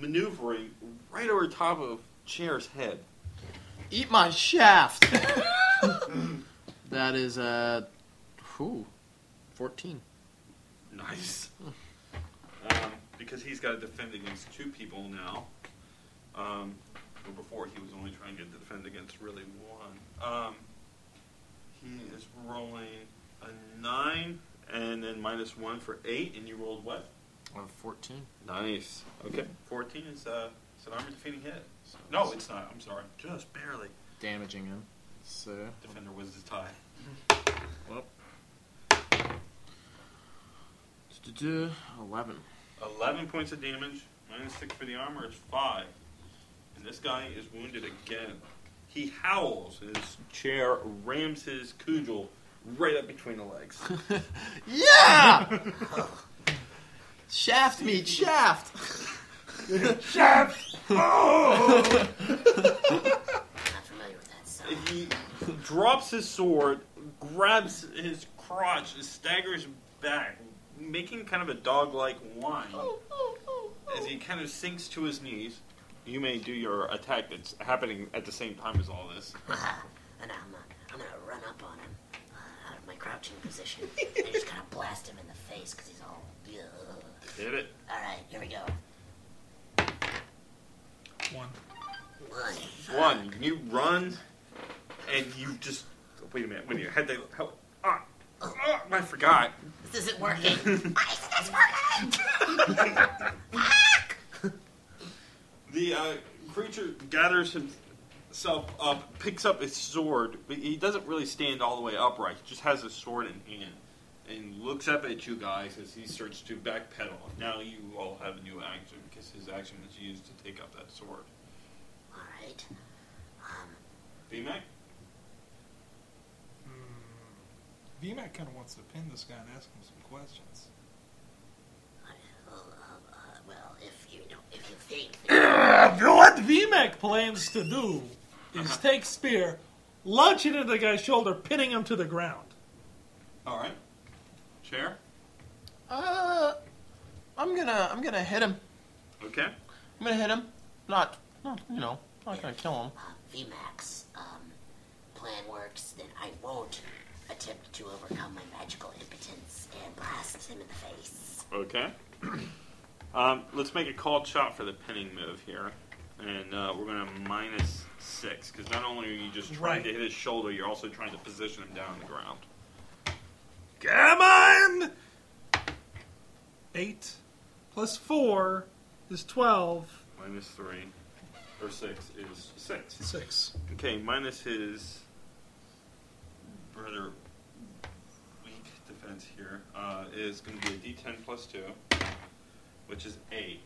S2: maneuvering right over top of Chair's head.
S3: Eat my shaft. that is uh, whew, fourteen.
S2: Nice. Um, because he's got to defend against two people now. Um, where before he was only trying to defend against really one. Um, he is rolling a nine and then minus one for eight, and you rolled what?
S3: Or Uh, fourteen.
S2: Nice. Okay. Fourteen is uh, it's an armor defeating hit. No, it's not. I'm sorry. Just barely.
S3: Damaging him. So
S2: Defender was the tie.
S3: well. Du-du-du, Eleven.
S2: Eleven points of damage. Minus six for the armor is five. And this guy is wounded again. He howls. and His chair rams his cudgel right up between the legs.
S3: Yeah. shaft me, shaft.
S4: Not familiar with that sound.
S2: he drops his sword, grabs his crotch, and staggers back, making kind of a dog-like whine as he kind of sinks to his knees. You may do your attack that's happening at the same time as all this.
S4: And I'm, uh, I'm gonna run up on him uh, out of my crouching position. and just kind of blast him in the face because he's all. Ugh.
S2: Hit it.
S4: All right, here we go.
S5: One.
S4: One.
S2: One, you run, and you just oh, wait a minute. Wait a minute. Had they? How, ah, ah, I forgot.
S4: This isn't working. Why isn't this working?
S2: The uh, creature gathers himself up, picks up his sword, but he doesn't really stand all the way upright. He just has his sword in hand and looks up at you guys as he starts to backpedal. Now you all have a new action because his action is used to take up that sword.
S4: All right.
S2: BMAC?
S5: VMAC kind of wants to pin this guy and ask him some questions.
S4: Well, uh, uh, well, if you know, if you think that
S5: What VMAC plans to do is take spear, launch it into the guy's shoulder, pinning him to the ground.
S2: All right. Chair?
S3: Uh, I'm gonna I'm gonna hit him.
S2: Okay.
S3: I'm gonna hit him. Not not you know not gonna kill him.
S4: uh, VMAX um, plan works, then I won't attempt to overcome my magical impotence and blast him in the face.
S2: Okay. Um, let's make a called shot for the pinning move here. And uh, we're going to minus six because not only are you just trying to
S5: Right.
S2: hit his shoulder, you're also trying to position him down on the ground.
S5: Come on! Eight plus four is twelve.
S2: Minus three or six is six.
S5: Six.
S2: Okay, minus his rather weak defense here uh, is going to be a d10 plus two, which is eight.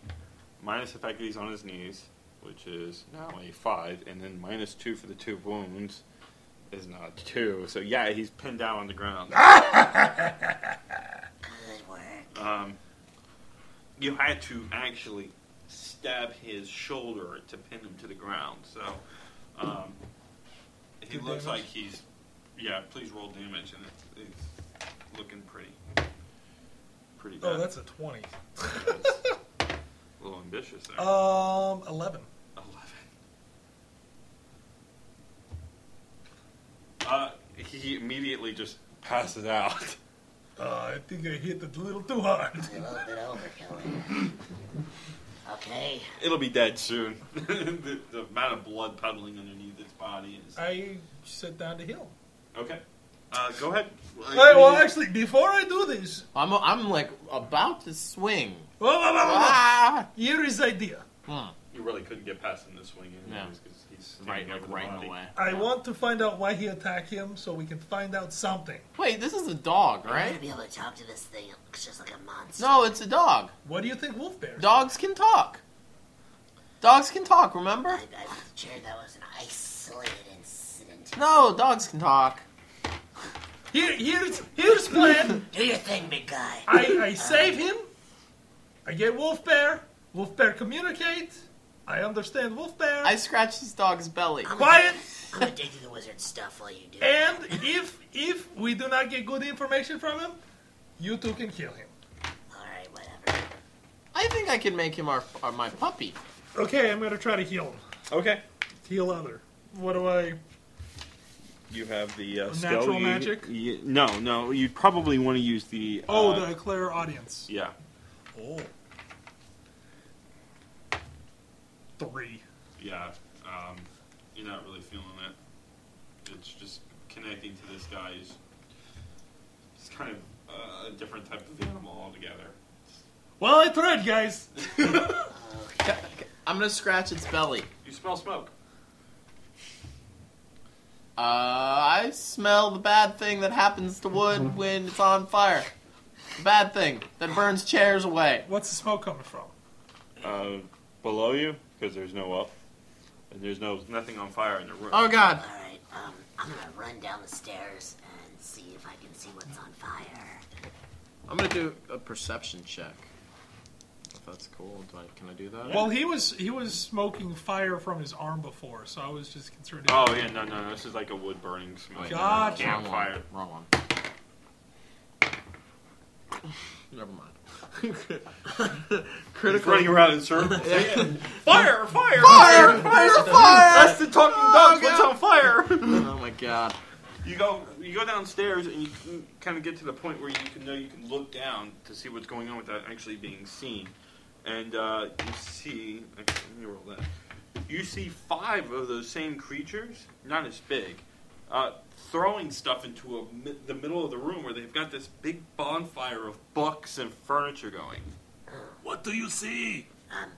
S2: Minus the fact that he's on his knees, which is now a five, and then minus two for the two wounds is not two. So yeah, he's pinned down on the ground.
S4: Good work.
S2: Um, you had to actually stab his shoulder to pin him to the ground. So um, he
S5: Do
S2: looks
S5: damage?
S2: like he's. Yeah, please roll damage, and it's, it's looking pretty, pretty bad.
S5: Oh, that's a twenty.
S2: a little ambitious there.
S5: Um, eleven.
S2: Eleven. Uh, he immediately just passes out.
S5: Uh, I think I hit it a little too hard.
S4: A little bit overkill. there. Okay.
S2: It'll be dead soon. the, the amount of blood puddling underneath its body is
S5: I sit down to heal.
S2: Okay. Uh, go ahead.
S5: Hey, well, actually, before I do this,
S3: I'm I'm like about to swing.
S5: whoa, whoa, whoa, whoa, whoa.
S3: Ah!
S5: here is idea.
S2: you really couldn't get pass him the swing anyways because he's standing
S3: Right,
S2: over
S3: like
S2: the
S3: right in
S2: body.
S3: the way.
S5: I want to find out why he attacked him so we can find out something.
S3: Wait, this is a dog,
S4: I'm gonna
S3: right?
S4: be able to talk to this thing. It looks just like a monster.
S3: No, it's a dog.
S5: What do you think, Wolf Bear?
S3: Dogs can talk. Dogs can talk, remember?
S4: I, I'm sure that was an isolated incident.
S3: No, dogs can talk.
S5: Here, here's here's plan.
S4: Do your thing, big guy.
S5: I, I save him. I get Wolf Bear. Wolf Bear communicate. I understand Wolf Bear.
S3: I scratched this dog's belly.
S5: Quiet.
S4: I'm gonna dig through the wizard stuff while you do. it.
S5: And if if we do not get good information from him, you two can kill him.
S4: All right, whatever.
S3: I think I can make him our, our my puppy.
S5: Okay, I'm gonna try to heal him.
S2: Okay.
S5: Heal other. What do I?
S2: You have the uh, skill.
S5: Natural
S2: you-
S5: magic?
S2: you- no, no. You'd probably want to use the.
S5: Oh,
S2: uh,
S5: the Claire audience.
S2: yeah.
S5: Oh. Three.
S2: Yeah, um, you're not really feeling it. It's just connecting to this guy is it's kind of uh, a different type of animal altogether.
S5: Well, I tried, guys.
S3: I'm gonna scratch its belly.
S2: You smell smoke.
S3: Uh, I smell the bad thing that happens to wood when it's on fire. The bad thing that burns chairs away.
S5: What's the smoke coming from?
S2: Uh, below you, because there's no up, and there's no nothing on fire in the room.
S3: Oh god.
S4: All right, um, I'm gonna run down the stairs and see if I can see what's on fire.
S3: I'm gonna do a perception check. If that's cool, do I, can I do that?
S5: Well, he was he was smoking fire from his arm before, so I was just concerned.
S2: Oh yeah, no, no, no. This is like a wood burning smoke.
S3: Wait,
S5: Gotcha.
S3: Wrong
S2: Campfire.
S3: one. Wrong one. Never mind.
S2: It's running around in circles.
S5: Fire! Fire!
S3: Fire! Fire! Fire!
S2: That's the talking dogs. What's on fire?
S3: oh my god.
S2: You go you go downstairs and you can kind of get to the point where you can know you can look down to see what's going on without actually being seen, and uh, you see. Actually, let me roll that. You see five of those same creatures, not as big, uh, throwing stuff into a, mi- the middle of the room where they've got this big bonfire of books and furniture going. What do you see?
S4: Um,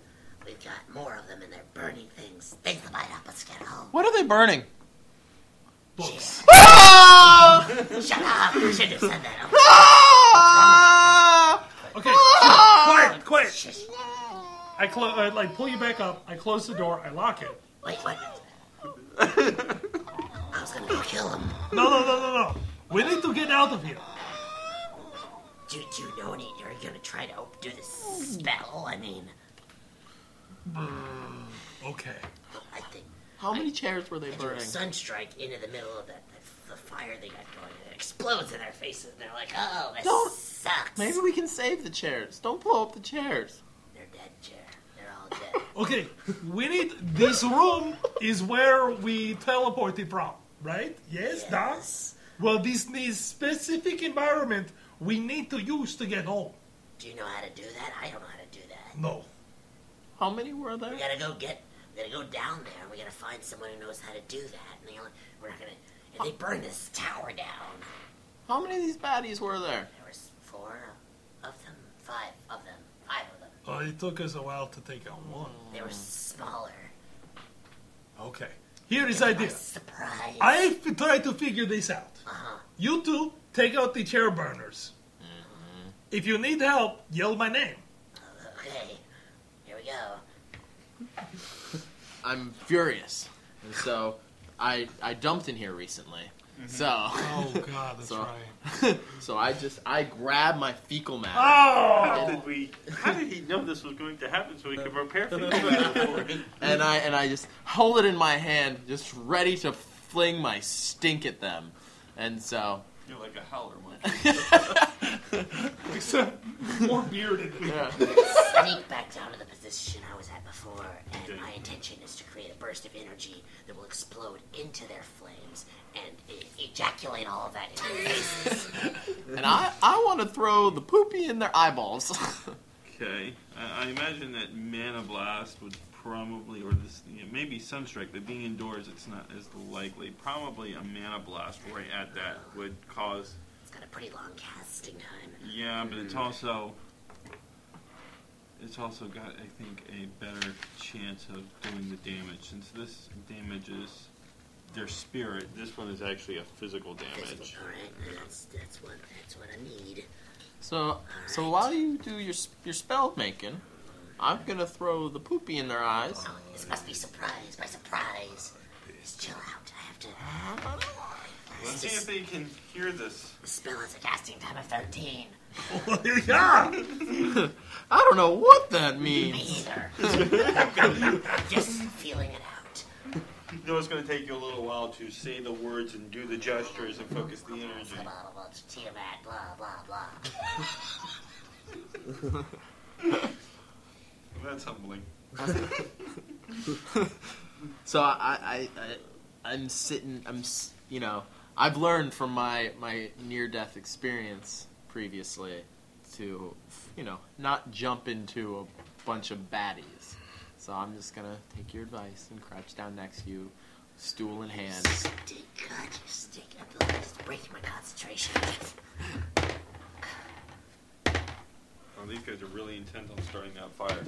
S4: we've got more of them and they're burning things. Things that might help us get home.
S3: What are they burning?
S5: Books.
S4: Shut up! You should have said that.
S3: Ah!
S5: Okay. Quiet! Quiet! I close. I like pull you back up. I close the door. I lock it.
S4: Wait, what? I was gonna go kill him.
S5: No! No! No! No! No! We need to get out of here.
S4: Do, do you know any? You're gonna try to op- do this spell? I mean,
S5: Okay.
S4: I think
S3: How many chairs were they
S4: do a
S3: burning?
S4: sunstrike into the middle of that the, the fire they got going. and It explodes in their faces, and they're like, "Oh, this
S3: Don't-
S4: sucks."
S3: Maybe we can save the chairs. Don't blow up the chairs.
S4: They're dead, chair. They're all dead.
S5: Okay. We need. This room is where we teleported from, right? Yes. That's. Well, this needs specific environment we need to use to get home.
S4: Do you know how to do that? I don't know how to do that.
S5: No.
S3: How many were there?
S4: We gotta go get. We gotta go down there. and We gotta find someone who knows how to do that. And they only, we're not gonna. If they burn this tower down,
S3: How many of these baddies were there?
S4: there was four of them, five of them, five of them.
S5: Oh, it took us a while to take out one.
S4: They were smaller.
S5: Okay. Here is idea.
S4: Surprise.
S5: I've tried to figure this out. You two take out the chair burners. If you need help, yell my name.
S4: Okay, here we go.
S3: I'm furious. And so, I I dumped in here recently. So,
S5: Oh God, that's
S3: So- so I just I grabbed my fecal matter.
S2: How
S5: Oh,
S2: did we? How did he know this was going to happen so he could prepare for it?
S3: and I and I just hold it in my hand, just ready to fling my stink at them. And so,
S2: You're like a howler one.
S5: except more bearded.
S4: Sneak back down to the position I was at before, and
S2: Okay.
S4: my intention is to create a burst of energy that will explode into their flames and e- ejaculate all of that in their faces.
S3: and I I want to throw the poopy in their eyeballs.
S2: Okay, I, I imagine that Mana Blast would probably, or this you know, maybe Sunstrike, but being indoors, it's not as likely. Probably a Mana Blast right at that would cause.
S4: it's got a pretty long casting time.
S2: Yeah, but it's also It's also got, I think, a better chance of doing the damage since this damages their spirit. This one is actually a physical damage.
S4: All right, that's that's what that's what I need.
S3: So, so while you do your s- your spell making, I'm gonna throw the poopy in their eyes.
S4: Oh, this must be surprise. My surprise. Just chill out. I have to.
S2: Let's see if they can hear this.
S4: The spell has a casting time of thirteen.
S5: yeah!
S3: I don't know what that
S4: Me
S3: means.
S4: either. Just feeling it out.
S2: You know it's going to take you a little while to say the words and do the gestures and focus the energy.
S4: Blah blah blah. Tiamat. Blah blah blah.
S2: That's humbling.
S3: So I, I, I, I'm sitting. I'm, s- you know, I've learned from my my near death experience previously to, you know, not jump into a bunch of baddies. So I'm just gonna take your advice and crouch down next to you, stool in hand.
S4: Dear God, you stink. I'm just breaking my concentration.
S2: Oh, these guys are really intent on starting that fire.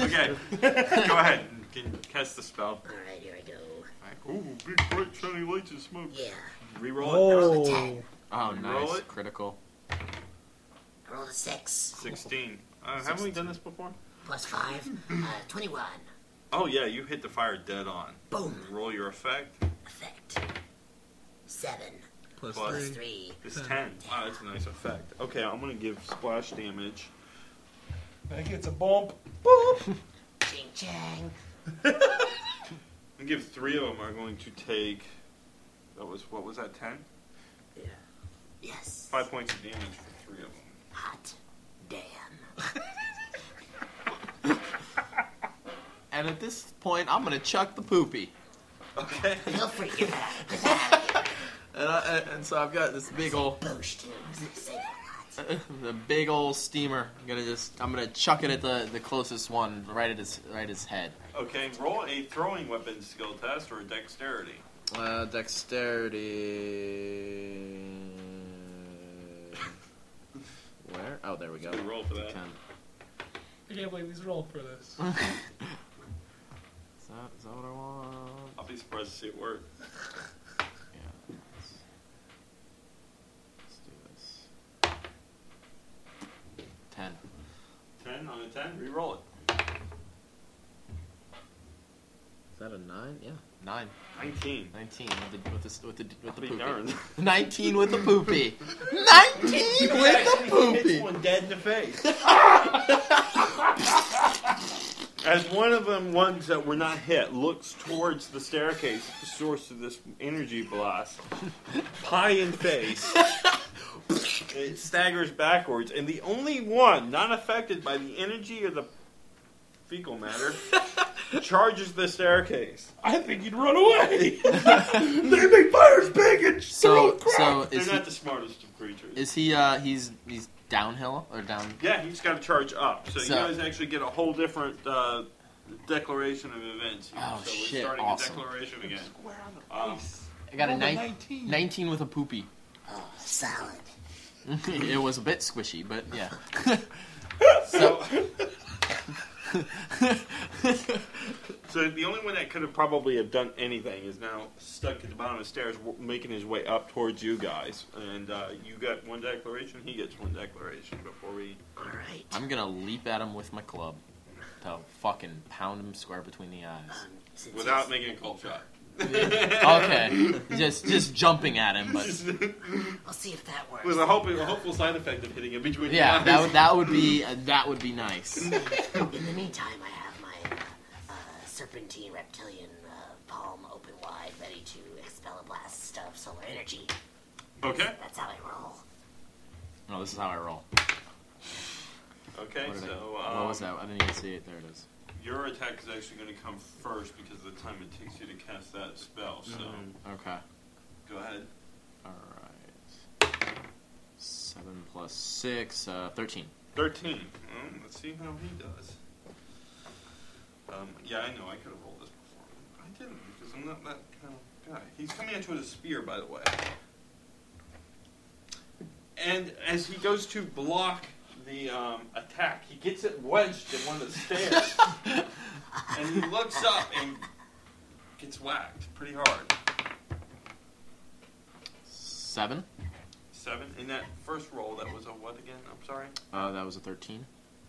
S2: Okay, go ahead. Can cast the spell.
S4: All right, here I go.
S2: Ooh, big bright shiny lights and smoke.
S4: Yeah.
S2: Reroll it.
S5: Oh.
S3: Oh,
S2: Roll
S3: nice,
S2: it.
S3: critical.
S4: I rolled a six
S2: Sixteen. Uh, haven't we done this before?
S4: plus five. Uh, Twenty-one.
S2: Oh yeah, you hit the fire dead on.
S4: Boom.
S2: Roll your effect.
S4: Effect. Seven
S2: Plus
S4: plus three.
S2: It's 10. Wow, that's a nice effect. Okay, I'm going to give splash damage.
S5: That gets a bump. Boop!
S4: Ching chang.
S2: I'm going to give three of them are going to take. That was, what was that, 10?
S4: Yes.
S2: Five points of damage for three of them.
S4: Hot. Damn.
S3: And at this point, I'm gonna chuck the poopy.
S2: Okay.
S4: Feel free to get that out. Get that out of here.
S3: And, I, and- and so I've got this big old,
S4: Boosh, dude. I was gonna say that a lot.
S3: the big old steamer. I'm gonna just, I'm gonna chuck it at the, the closest one, right at his, right at his head.
S2: Okay, roll a throwing weapon skill test or dexterity.
S3: Uh, dexterity. Where? Oh, there we go.
S2: Good roll for that.
S3: Ten.
S5: I can't believe he's rolled for
S3: Is
S5: this.
S3: that, is that what I want?
S2: I'll be surprised to see it work.
S3: Yeah. Let's, let's do this. Ten.
S2: 10 on a 10, re-roll it.
S3: Is that a nine? Yeah. Nine.
S2: 19.
S3: Nineteen with the with the with the, with the
S2: Be
S3: poopy.
S2: darned.
S3: Nineteen with the poopy. Nineteen with the
S2: Hits
S3: poopy.
S2: one dead in the face. As one of them ones that were not hit looks towards the staircase, the source of this energy blast, pie in face. it staggers backwards, and the only one not affected by the energy or the fecal matter charges the staircase.
S5: I think he'd run away! they make fires big and
S3: So
S5: throw
S3: so
S2: They're
S3: is he,
S2: not the smartest of creatures.
S3: is he uh he's he's downhill or down
S2: Yeah, he's got to charge up. So,
S3: So-
S2: you guys actually get a whole different uh, declaration of events. Here.
S3: Oh,
S2: so
S3: shit,
S2: We're starting
S3: awesome.
S2: a declaration again. Um,
S3: I got a
S5: Roll a
S3: nine-
S5: 19.
S3: 19. with a poopy. Oh,
S4: Solid.
S3: it was a bit squishy, but yeah.
S2: so, so the only one that could have probably have done anything is now stuck at the bottom of the stairs, w- making his way up towards you guys. And uh, you got one declaration. He gets one declaration before we.
S4: All right.
S3: I'm gonna leap at him with my club to fucking pound him square between the eyes.
S4: Since
S2: Without making a cold shot.
S3: Okay, just just jumping at him, but
S4: he's- We'll see if that works.
S2: With a hopeful, a hopeful side effect of hitting him between
S3: yeah,
S2: the
S3: that
S2: eyes.
S3: would that would be uh, that would be nice.
S4: In the meantime, I have my uh, uh, serpentine reptilian uh, palm open wide, ready to expel a blast of solar energy.
S2: okay.
S4: That's how I roll.
S3: No, this is how I roll.
S2: Okay.
S3: What, did I-
S2: so
S3: what was
S2: um,
S3: that? I didn't even see it. There it is.
S2: Your attack is actually going to come first because of the time it takes you to cast that spell. So
S3: Okay,
S2: go ahead.
S3: all right. Seven plus six, uh, thirteen.
S2: Thirteen. Mm, let's see how he does. Um, yeah, I know. I could have rolled this before. but I didn't because I'm not that kind of guy. He's coming at you with a spear, by the way. And as he goes to block the um, attack. He gets it wedged in one of the stairs, and he looks up and gets whacked pretty hard.
S3: Seven.
S2: Seven in that first roll. That was a what again? I'm sorry.
S3: Uh, that was a thirteen.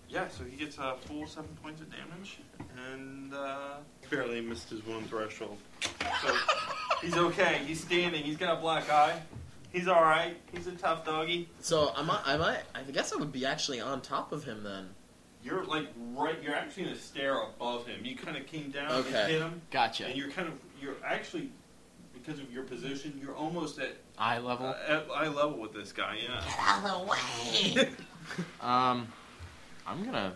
S2: Yeah, so he gets a full seven points of damage, and uh, barely missed his wound threshold. So he's okay. He's standing. He's got a black eye. He's all right. He's a tough doggy.
S3: So I might, I might, I guess I would be actually on top of him then.
S2: You're like right. You're actually in a stair above him. Uh, You kind of came down and
S3: Okay.
S2: hit him,
S3: Gotcha.
S2: and you're kind of you're actually because of your position, you're almost at, uh,
S3: Eye level.
S2: at eye level with this guy. Yeah.
S4: Get out of the way!
S2: Uh,
S3: Um, I'm gonna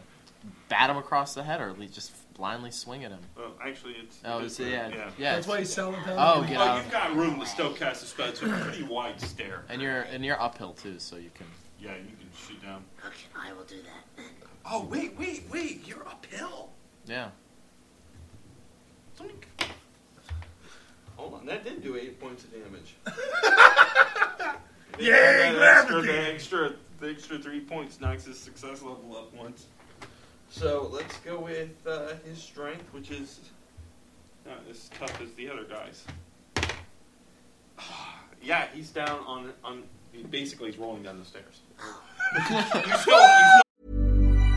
S3: bat him across the head, or at least just blindly swing at him.
S2: Well, actually, it's
S3: Oh,
S2: it's,
S3: it's, yeah,
S2: yeah.
S3: yeah.
S5: That's why he's selling
S3: Oh,
S5: teleportation.
S3: get
S2: Well,
S3: out.
S2: you've got room to still cast a spell. It's a pretty wide stair.
S3: And you're and you're uphill too, so you can.
S2: Yeah, you can shoot down.
S4: okay, I will do that.
S2: Oh wait, wait, wait! You're uphill.
S3: Yeah.
S2: Zoink. Hold on, that did do eight points of damage.
S5: Yay,
S2: Yeah, that extra,
S5: gravity!
S2: the extra, the extra three points knocks his success level up once. So let's go with uh, his strength, which is not as tough as the other guys. yeah, he's down on on. he Basically, he's rolling down the stairs. you still, you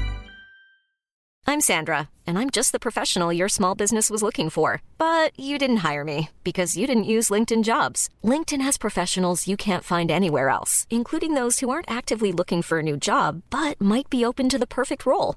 S7: I'm Sandra, and I'm just the professional your small business was looking for. But you didn't hire me because you didn't use LinkedIn jobs. LinkedIn has professionals you can't find anywhere else, including those who aren't actively looking for a new job but might be open to the perfect role,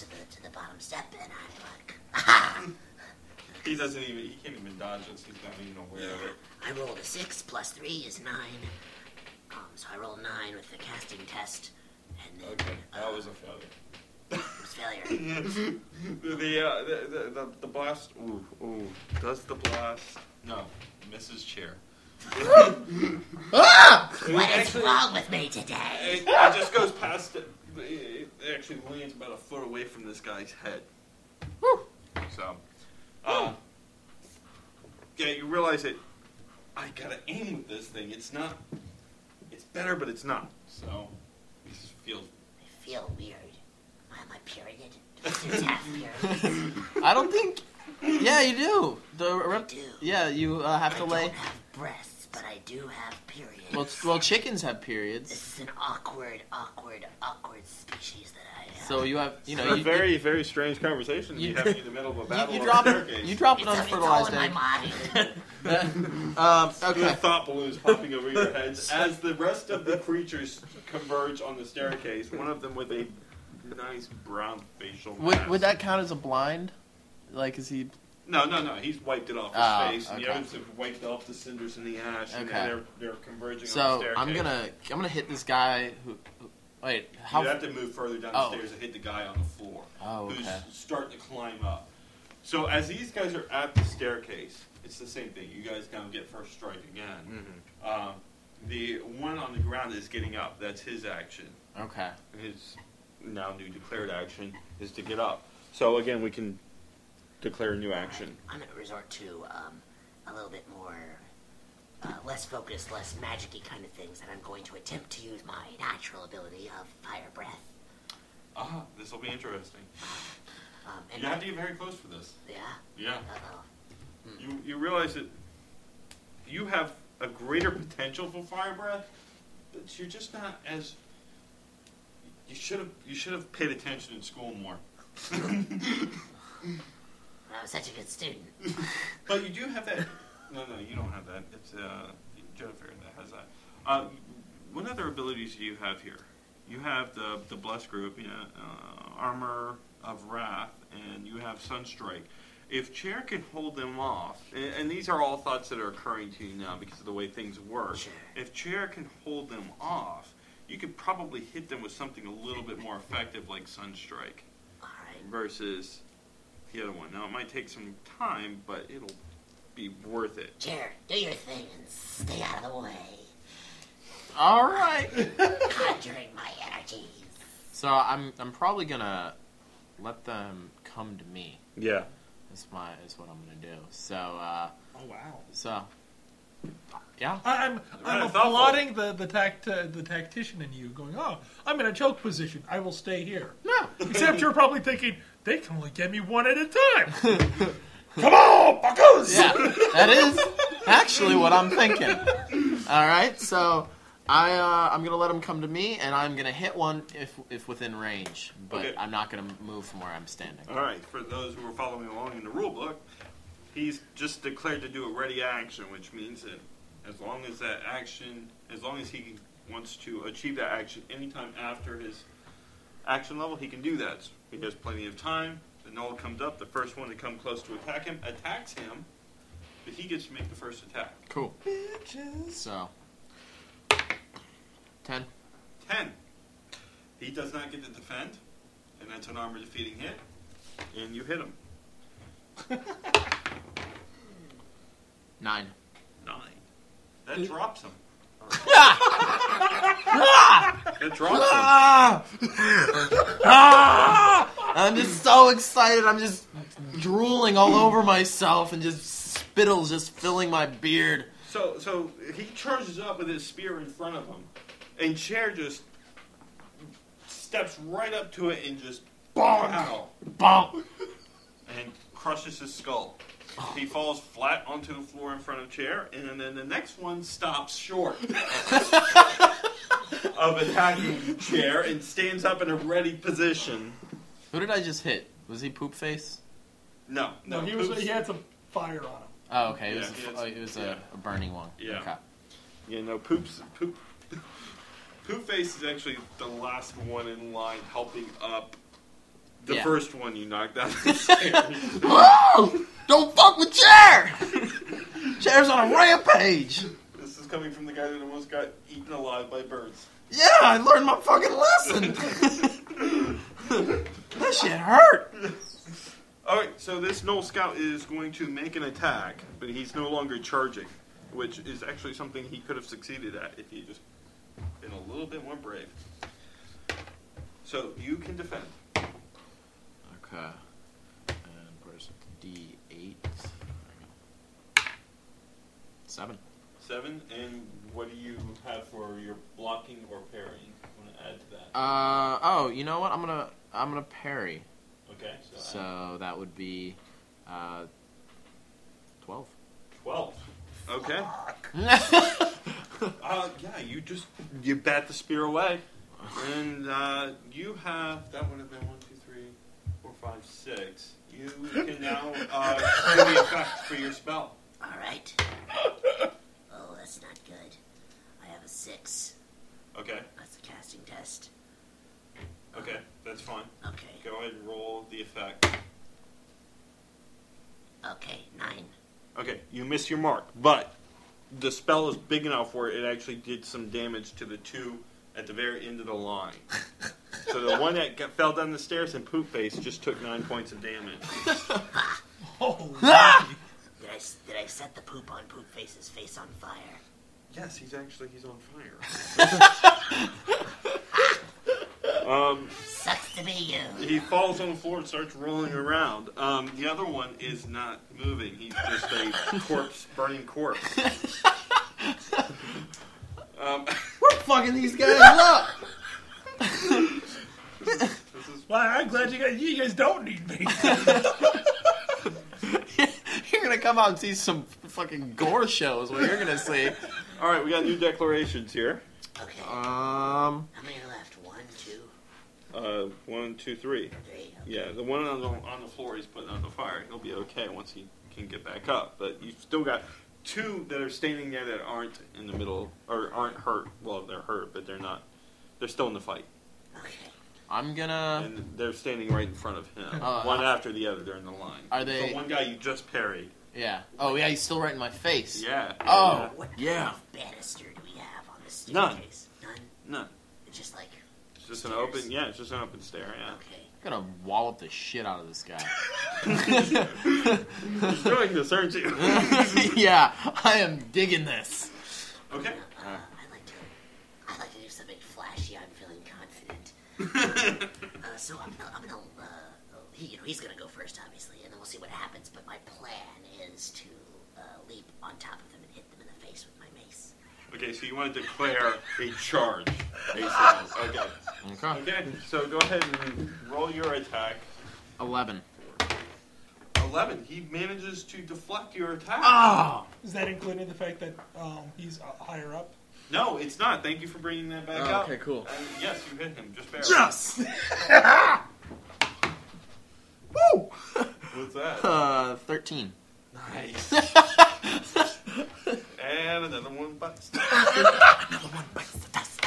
S4: to the, to the bottom step, and I look. Aha!
S2: He doesn't even. He can't even dodge us. He's not even aware of it.
S4: I rolled a 6 plus 3 is 9. Um, so I rolled 9 with the casting test, and then
S2: Okay, that was a failure.
S4: it was failure.
S2: The, uh, the, the, the, the blast. Ooh, ooh. Does the blast. No. Mrs. Chair.
S3: Ah!
S4: what is wrong with me today?
S2: It, it just goes past it. It it actually lands about a foot away from this guy's head. So. Uh, yeah, you realize that I gotta aim with this thing. It's not. It's better, but it's not. So. It just feels.
S4: I feel weird. Am I on my period? Do I have periods?
S3: I don't think. Yeah, you do. The rep-
S4: do.
S3: Yeah, you uh, have
S4: I
S3: to
S4: don't
S3: lay.
S4: have breasts, but I do have periods.
S3: Well, well, chickens have periods,
S4: this is an awkward, awkward, awkward species that I am.
S3: so you have you know you
S2: very, very strange conversation
S3: you-
S2: you, have in the middle of a
S3: you,
S2: battle.
S3: you
S2: on a
S3: drop
S2: staircase.
S3: you drop an
S4: it's, it's all in
S3: unfertilized
S4: my
S3: egg.
S4: body.
S3: Um,
S2: The
S3: okay.
S2: thought balloons popping over your heads as the rest of the creatures converge on the staircase. One of them with a nice brown facial.
S3: Would
S2: mask.
S3: would that count as a blind? Like, is he?
S2: No, no, no. He's wiped it off his
S3: Oh,
S2: face, and the
S3: okay.
S2: others have wiped off the cinders and the ash, and
S3: Okay.
S2: they're they're converging on the
S3: So
S2: staircase.
S3: I'm gonna I'm gonna hit this guy who. who- Wait,
S2: You
S3: how?
S2: have to move further down
S3: Oh.
S2: the stairs and hit the guy on the floor,
S3: Oh,
S2: who's
S3: okay.
S2: starting to climb up. So as these guys are at the staircase, it's the same thing. You guys kind of get first strike again.
S3: Mm-hmm.
S2: Um, the one on the ground is getting up. That's his action.
S3: Okay.
S2: his now new declared action is to get up. So again, we can declare a new action.
S4: I'm going to resort to um, a little bit more, uh, less focused, less magic-y kind of things, and I'm going to attempt to use my natural ability of fire breath.
S2: Ah, this will be interesting.
S4: Um, and
S2: You have to get very close for this.
S4: yeah.
S2: Yeah.
S4: Uh-oh.
S2: You you realize that you have a greater potential for fire breath, but you're just not as. You should have you should have paid attention in school more.
S4: I was such a good student.
S2: But you do have that No, no, you don't have that. It's uh, Jennifer that has that. Uh, what other abilities do you have here? You have the the bless group, you know, uh, armor of wrath, and you have sunstrike. If chair can hold them off, and, and these are all thoughts that are occurring to you now because of the way things work. If chair can hold them off, you could probably hit them with something a little bit more effective, like sunstrike, versus the other one. Now it might take some time, but it'll be worth it.
S4: Chair, do your thing and stay out of the way.
S3: All right.
S4: Conjuring my energies.
S3: So I'm I'm probably gonna let them come to me.
S2: Yeah.
S3: That's my is what I'm gonna do. So. uh...
S5: Oh wow.
S3: So. Yeah.
S5: I- I'm I'm applauding the the tact uh, the tactician in you, going, "Oh, I'm in a choke position. I will stay here."
S3: No,
S5: except you're probably thinking they can only get me one at a time. Come on, buckos!
S3: Yeah, that is actually what I'm thinking. All right, so I uh, I'm gonna let him come to me, and I'm gonna hit one if if within range, but
S2: Okay.
S3: I'm not gonna move from where I'm standing.
S2: All right, for those who are following along in the rule book, he's just declared to do a ready action, which means that as long as that action, as long as he wants to achieve that action anytime after his action level, he can do that. He has plenty of time. The null comes up. The first one to come close to attack him attacks him, but he gets to make the first attack.
S3: Cool. So ten.
S2: Ten. He does not get to defend, and that's an armor defeating hit, and you hit him.
S3: Nine.
S2: Nine. That drops him. That
S3: Ah!
S2: drops him.
S3: Ah! I'm just so excited. I'm just drooling all over myself and just spittles just filling my beard.
S2: So, so he charges up with his spear in front of him, and Chair just steps right up to it and just bonk,
S3: bonk,
S2: and crushes his skull. He falls flat onto the floor in front of Chair, and then the next one stops short of attacking Chair and stands up in a ready position.
S3: Who did I just hit? Was he poop face?
S2: No,
S5: No, he was he had some fire on him.
S3: Oh, okay. It was,
S2: Yeah,
S3: a, oh, it was a, a burning one.
S2: Yeah.
S3: Okay.
S2: You know, poops, poop, poop face is actually the last one in line, helping up the
S3: Yeah.
S2: first one you knocked out.
S3: Whoa! Oh! Don't fuck with chair. Chair's on a rampage.
S2: This is coming from the guy that almost got eaten alive by birds.
S3: Yeah, I learned my fucking lesson. that shit hurt.
S2: All right, so this Knoll Scout is going to make an attack, but he's no longer charging, which is actually something he could have succeeded at if he just been a little bit more brave. So you can defend.
S3: Okay. And where's D eight? Seven.
S2: Seven, and what do you have for your blocking or parrying? Want to add to that?
S3: Uh oh, you know what? I'm gonna I'm gonna parry.
S2: Okay, so add-
S3: So that would be uh twelve.
S2: 12. Okay. uh, yeah, you just you bat the spear away, and uh, you have that would have been one, two, three, four, five, six. You can now uh, carry the effect for your spell.
S4: All right. Oh, that's not good. I have a six.
S2: Okay.
S4: That's the casting test.
S2: Okay, that's fine.
S4: Okay.
S2: Go ahead and roll the effect.
S4: Okay, nine.
S2: Okay, you miss your mark, but the spell is big enough where it actually did some damage to the two at the very end of the line. so the one that got, fell down the stairs and poop face just took nine points of damage.
S4: Did I, s- did I set the poop on Poop Face's face on fire?
S2: Yes, he's actually he's on fire. um,
S4: Sucks to be you.
S2: he falls on the floor and starts rolling around. Um, the other one is not moving. He's just a corpse, burning corpse. Um,
S3: We're fucking these guys up.
S5: Well, I'm glad you guys you guys don't need me.
S3: You're gonna come out and see some fucking gore shows. What you're gonna see?
S2: All right, we got new declarations here.
S4: Okay.
S3: Um.
S4: How many are left? One, two.
S2: Uh, one, two, three.
S4: Three,
S2: Yeah, the one on the, on the floor he's putting on the fire. He'll be okay once he can get back up. But you've still got two that are standing there that aren't in the middle or aren't hurt. Well, they're hurt, but they're not. They're still in the fight.
S3: I'm gonna.
S2: And they're standing right in front of him,
S3: Uh,
S2: one after the other. They're in the line.
S3: Are they-
S2: So one guy you just parried.
S3: Yeah. Oh yeah, he's still right in my face.
S2: Yeah.
S3: Oh.
S4: What
S2: Yeah.
S4: kind of banister do we have on the
S2: None.
S4: staircase? None.
S2: None.
S4: It's just like
S2: It's just an open. Yeah, it's just an open stare. Yeah. Okay.
S3: I'm gonna wallop the shit out of this guy.
S2: He's doing this, aren't you?
S3: yeah, I am digging this.
S2: Okay.
S4: uh, I like to do something flashy. I'm feeling confident. uh, so I'm gonna, I'm gonna uh, he, you know, he's gonna go first, obviously, and then we'll see what happens. But my plan is to uh, leap on top of them and hit them in the face with my mace.
S2: Okay. So you want to declare a charge, basically. Okay.
S3: Okay.
S2: Okay. So go ahead and roll your attack.
S3: Eleven.
S2: Eleven. He manages to deflect your attack.
S5: Is that including the fact that um, he's uh, higher up?
S2: No, it's not. Thank you for bringing that back
S5: Oh,
S2: up.
S5: okay, cool.
S2: Uh, yes, you hit him. Just barely.
S3: Woo!
S2: What's that?
S3: Uh, thirteen.
S2: Nice. and another one bites. the dust.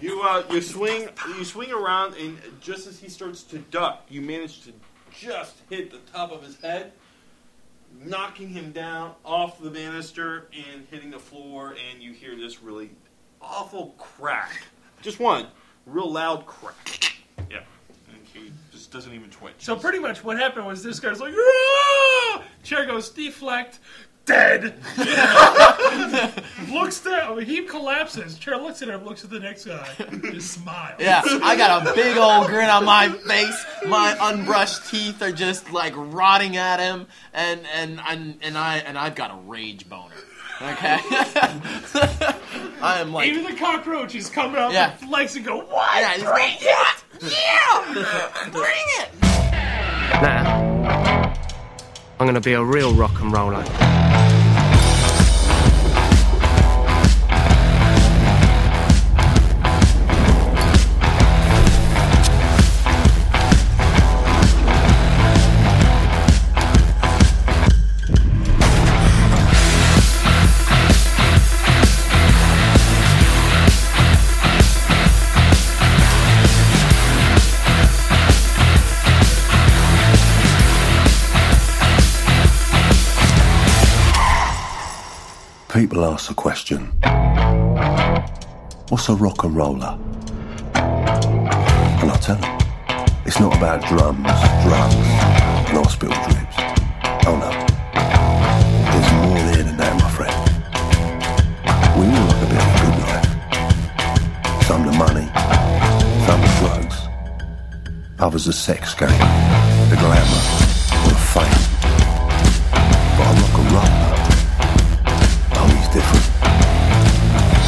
S2: You uh, you swing you swing around, and just as he starts to duck, you manage to just hit the top of his head, knocking him down off the banister and hitting the floor. And you hear this really awful crack, just one real loud crack. Yeah, and he just doesn't even twitch.
S5: So pretty much what happened was this guy's like, Aah! chair goes deflect, dead. looks down, he collapses. Chair looks at him, looks at the next guy, just smiles.
S3: Yeah, I got a big old grin on my face. My unbrushed teeth are just like rotting at him, and and and, and I and I've got a rage boner. Okay, I am like
S5: Even the cockroach is coming up
S3: Yeah.
S5: with legs and go, what?
S3: Yeah, he's like, yeah, bring it.
S8: Now, I'm going to be a real rock and roller.
S9: People ask the question What's a rock and roller? And I tell them it's not about drums, drugs, and hospital trips. Oh no. There's more there than that, my friend. We all like a bit of a good life. Some the money, some the drugs, others the sex game, the glamour, or the fame. But a rock and roller. Oh, he's different.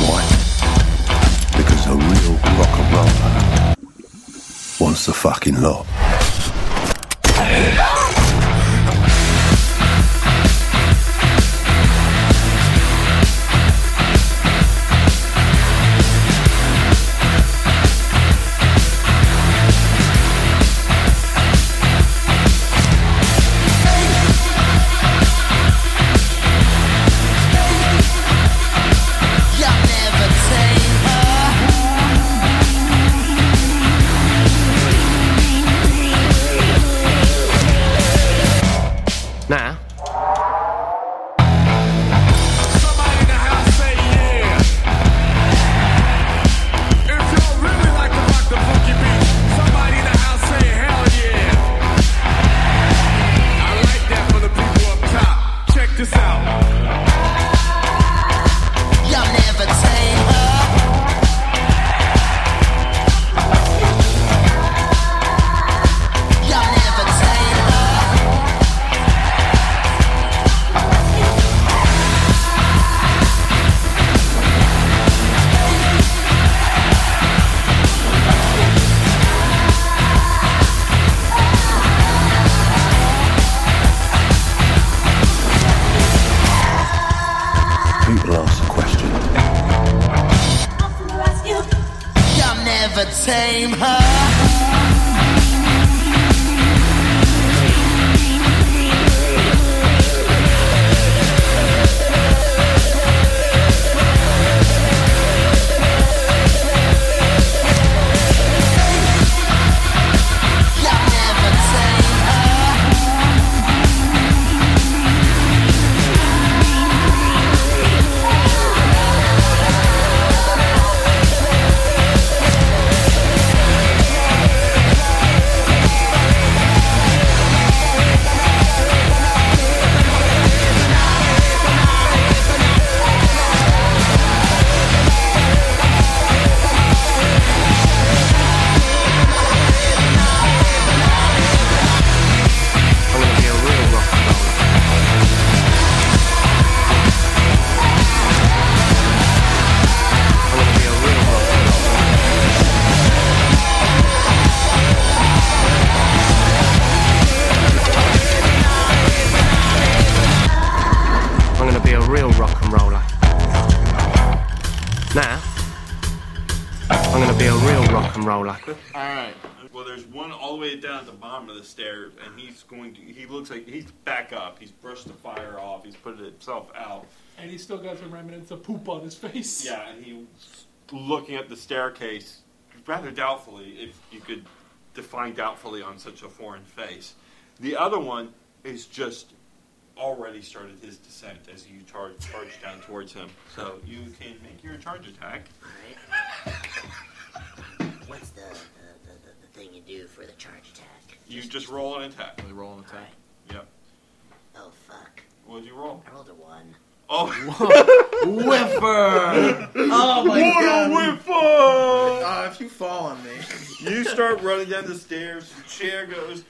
S9: Why? Because a real rock and roller wants the fucking lot.
S10: You'll never tame
S8: Now,
S11: Check this out.
S10: You'll never tame her. You'll never tame her.
S9: People ask the question.
S10: You'll never tame her.
S8: I'm gonna be a real rock and roller.
S2: All right. Well, there's one all the way down at the bottom of the stairs, and he's going to. He looks like he's back up. He's brushed the fire off. He's put himself out.
S5: And he's still got some remnants of poop on his face.
S2: Yeah, and he's looking at the staircase rather doubtfully, if you could define doubtfully on such a foreign face. The other one is just already started his descent as you tar- charge down towards him. So you can make your charge attack.
S4: What's the, the, the, the, the thing you do for the charge attack?
S2: You just roll an attack. You roll an attack. Yep.
S4: Oh, fuck.
S2: What did you roll?
S4: I rolled a one.
S2: Oh,
S3: Whiffer! Oh my
S2: what
S3: god.
S2: a whiffer!
S3: Uh, if you fall on me.
S2: You start running down the stairs. The chair goes.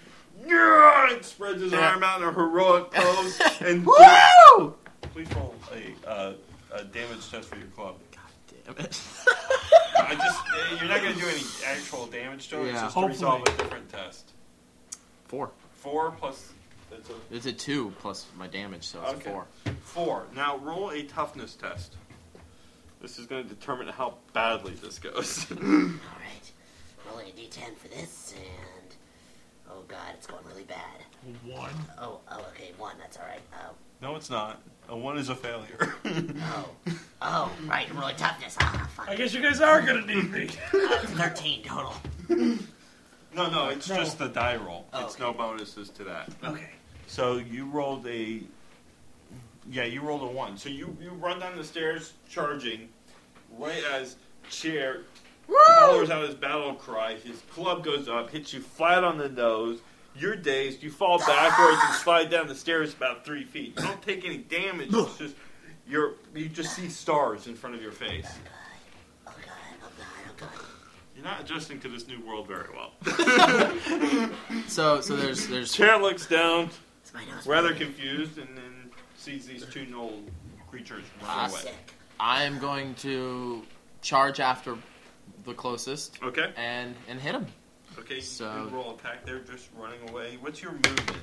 S2: Yeah! It spreads his arm out in a heroic pose and woo! Please roll a, uh, a damage test for your club. God damn it! I just eh, you're not going to do any actual damage to it. It's
S3: Yeah.
S2: just to resolve a
S3: Hopefully.
S2: different test.
S3: Four.
S2: Four plus. That's a
S3: It's a two plus my damage, so it's
S2: Okay.
S3: a four.
S2: Four. Now roll a toughness test. This is going to determine how badly this goes.
S4: Alright. Rolling a d10 for this, and. Oh god, it's going really bad.
S5: One.
S4: Oh, oh, okay, one, that's alright. Oh.
S2: no, it's not. A one is a failure.
S4: Oh, right, I'm really toughness. Ah, fuck.
S5: I guess you guys are gonna need me.
S4: 13 total.
S2: No, no, it's
S5: No.
S2: just the die roll. it's no bonuses to that. Okay. So you rolled a. Yeah, you rolled a one. So you, you run down the stairs charging, right as chair hollers out his battle cry. His club goes up, hits you flat on the nose. You're dazed. You fall backwards and slide down the stairs about three feet. You don't take any damage. It's just you're you just see stars in front of your face.
S4: Oh
S2: You're not adjusting to this new world very well.
S3: So so there's there's
S2: Chair looks down, rather confused, and then sees these two null creatures run away.
S3: I am going to charge after the closest.
S2: Okay.
S3: And and hit him.
S2: Okay,
S3: So-
S2: you roll attack. They're just running away. What's your movement?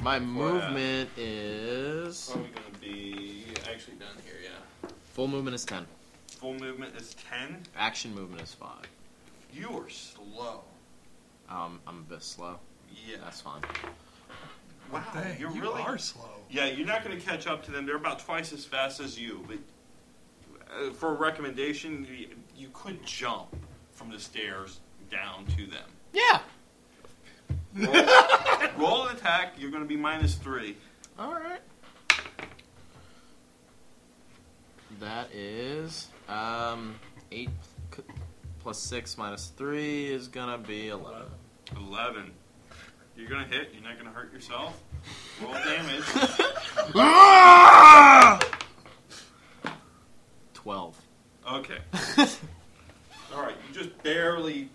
S3: My
S2: For, uh,
S3: movement is
S2: Probably going to be actually done here. Yeah.
S3: full movement is ten.
S2: Full movement is ten.
S3: Action movement is five.
S2: You are slow.
S3: Um, I'm a bit slow.
S2: Yeah.
S3: That's fine.
S2: Wow,
S5: Dang,
S2: you're
S5: you
S2: really
S5: are slow.
S2: Yeah, you're not going to catch up to them. They're about twice as fast as you. But uh, for a recommendation, you, you could jump from the stairs down to them.
S3: Yeah.
S2: Roll an attack. You're going to be minus three.
S3: All right. That is um eight c- plus six minus three is gonna be eleven.
S2: Eleven. You're going to hit. You're not going to hurt yourself. Roll damage.
S3: Twelve.
S2: Okay. All right. You just barely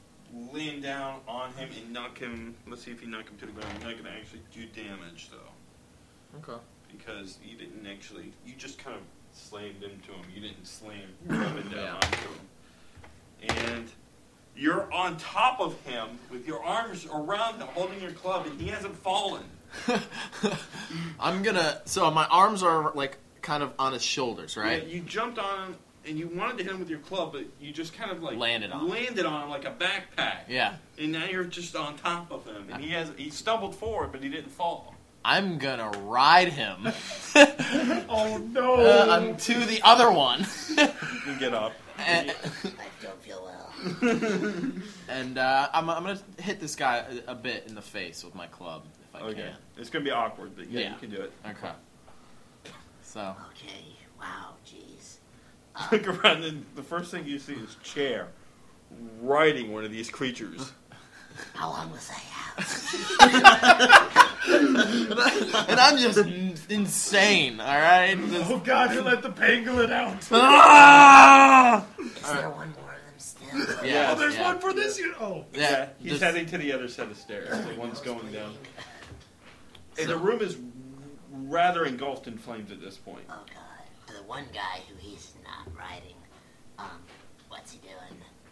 S2: lean down on him and knock him. Let's see if you knock him to the ground. You're not going to actually do damage though.
S3: Okay.
S2: because you didn't actually. You just kind of slammed into him. You didn't slam him and down onto him. And you're on top of him with your arms around him, holding your club, and he hasn't fallen.
S3: I'm gonna. So my arms are like kind of on his shoulders, right?
S2: You, you jumped on him and you wanted to hit him with your club, but you just kind of like
S3: Landed on him.
S2: landed on him like a backpack.
S3: Yeah.
S2: And now you're just on top of him, and he has he stumbled forward, but he didn't fall.
S3: I'm gonna ride him.
S5: oh no!
S3: Uh, I'm to the other one.
S2: You can get up.
S3: and
S4: I don't feel well.
S3: and, uh, I'm, I'm gonna hit this guy a, a bit in the face with my club if I
S2: Okay. It's gonna be awkward, but yeah,
S3: Yeah.
S2: you can do it.
S3: can. Okay. So
S4: Okay, wow, jeez.
S2: Look around, and the first thing you see is chair riding one of these creatures.
S4: How long was I out?
S3: and I'm just n- insane. All right. Just-
S5: Oh god, he let the pangolin out.
S3: Ah!
S4: Is there one more of them still?
S3: Yeah,
S5: oh, there's
S3: yeah.
S5: one for this. You oh,
S3: Yeah,
S2: he's
S3: just-
S2: heading to the other set of stairs. The one's going down. And the room is rather engulfed in flames at this point.
S4: Oh god. The one guy who he's not riding, um, what's he doing?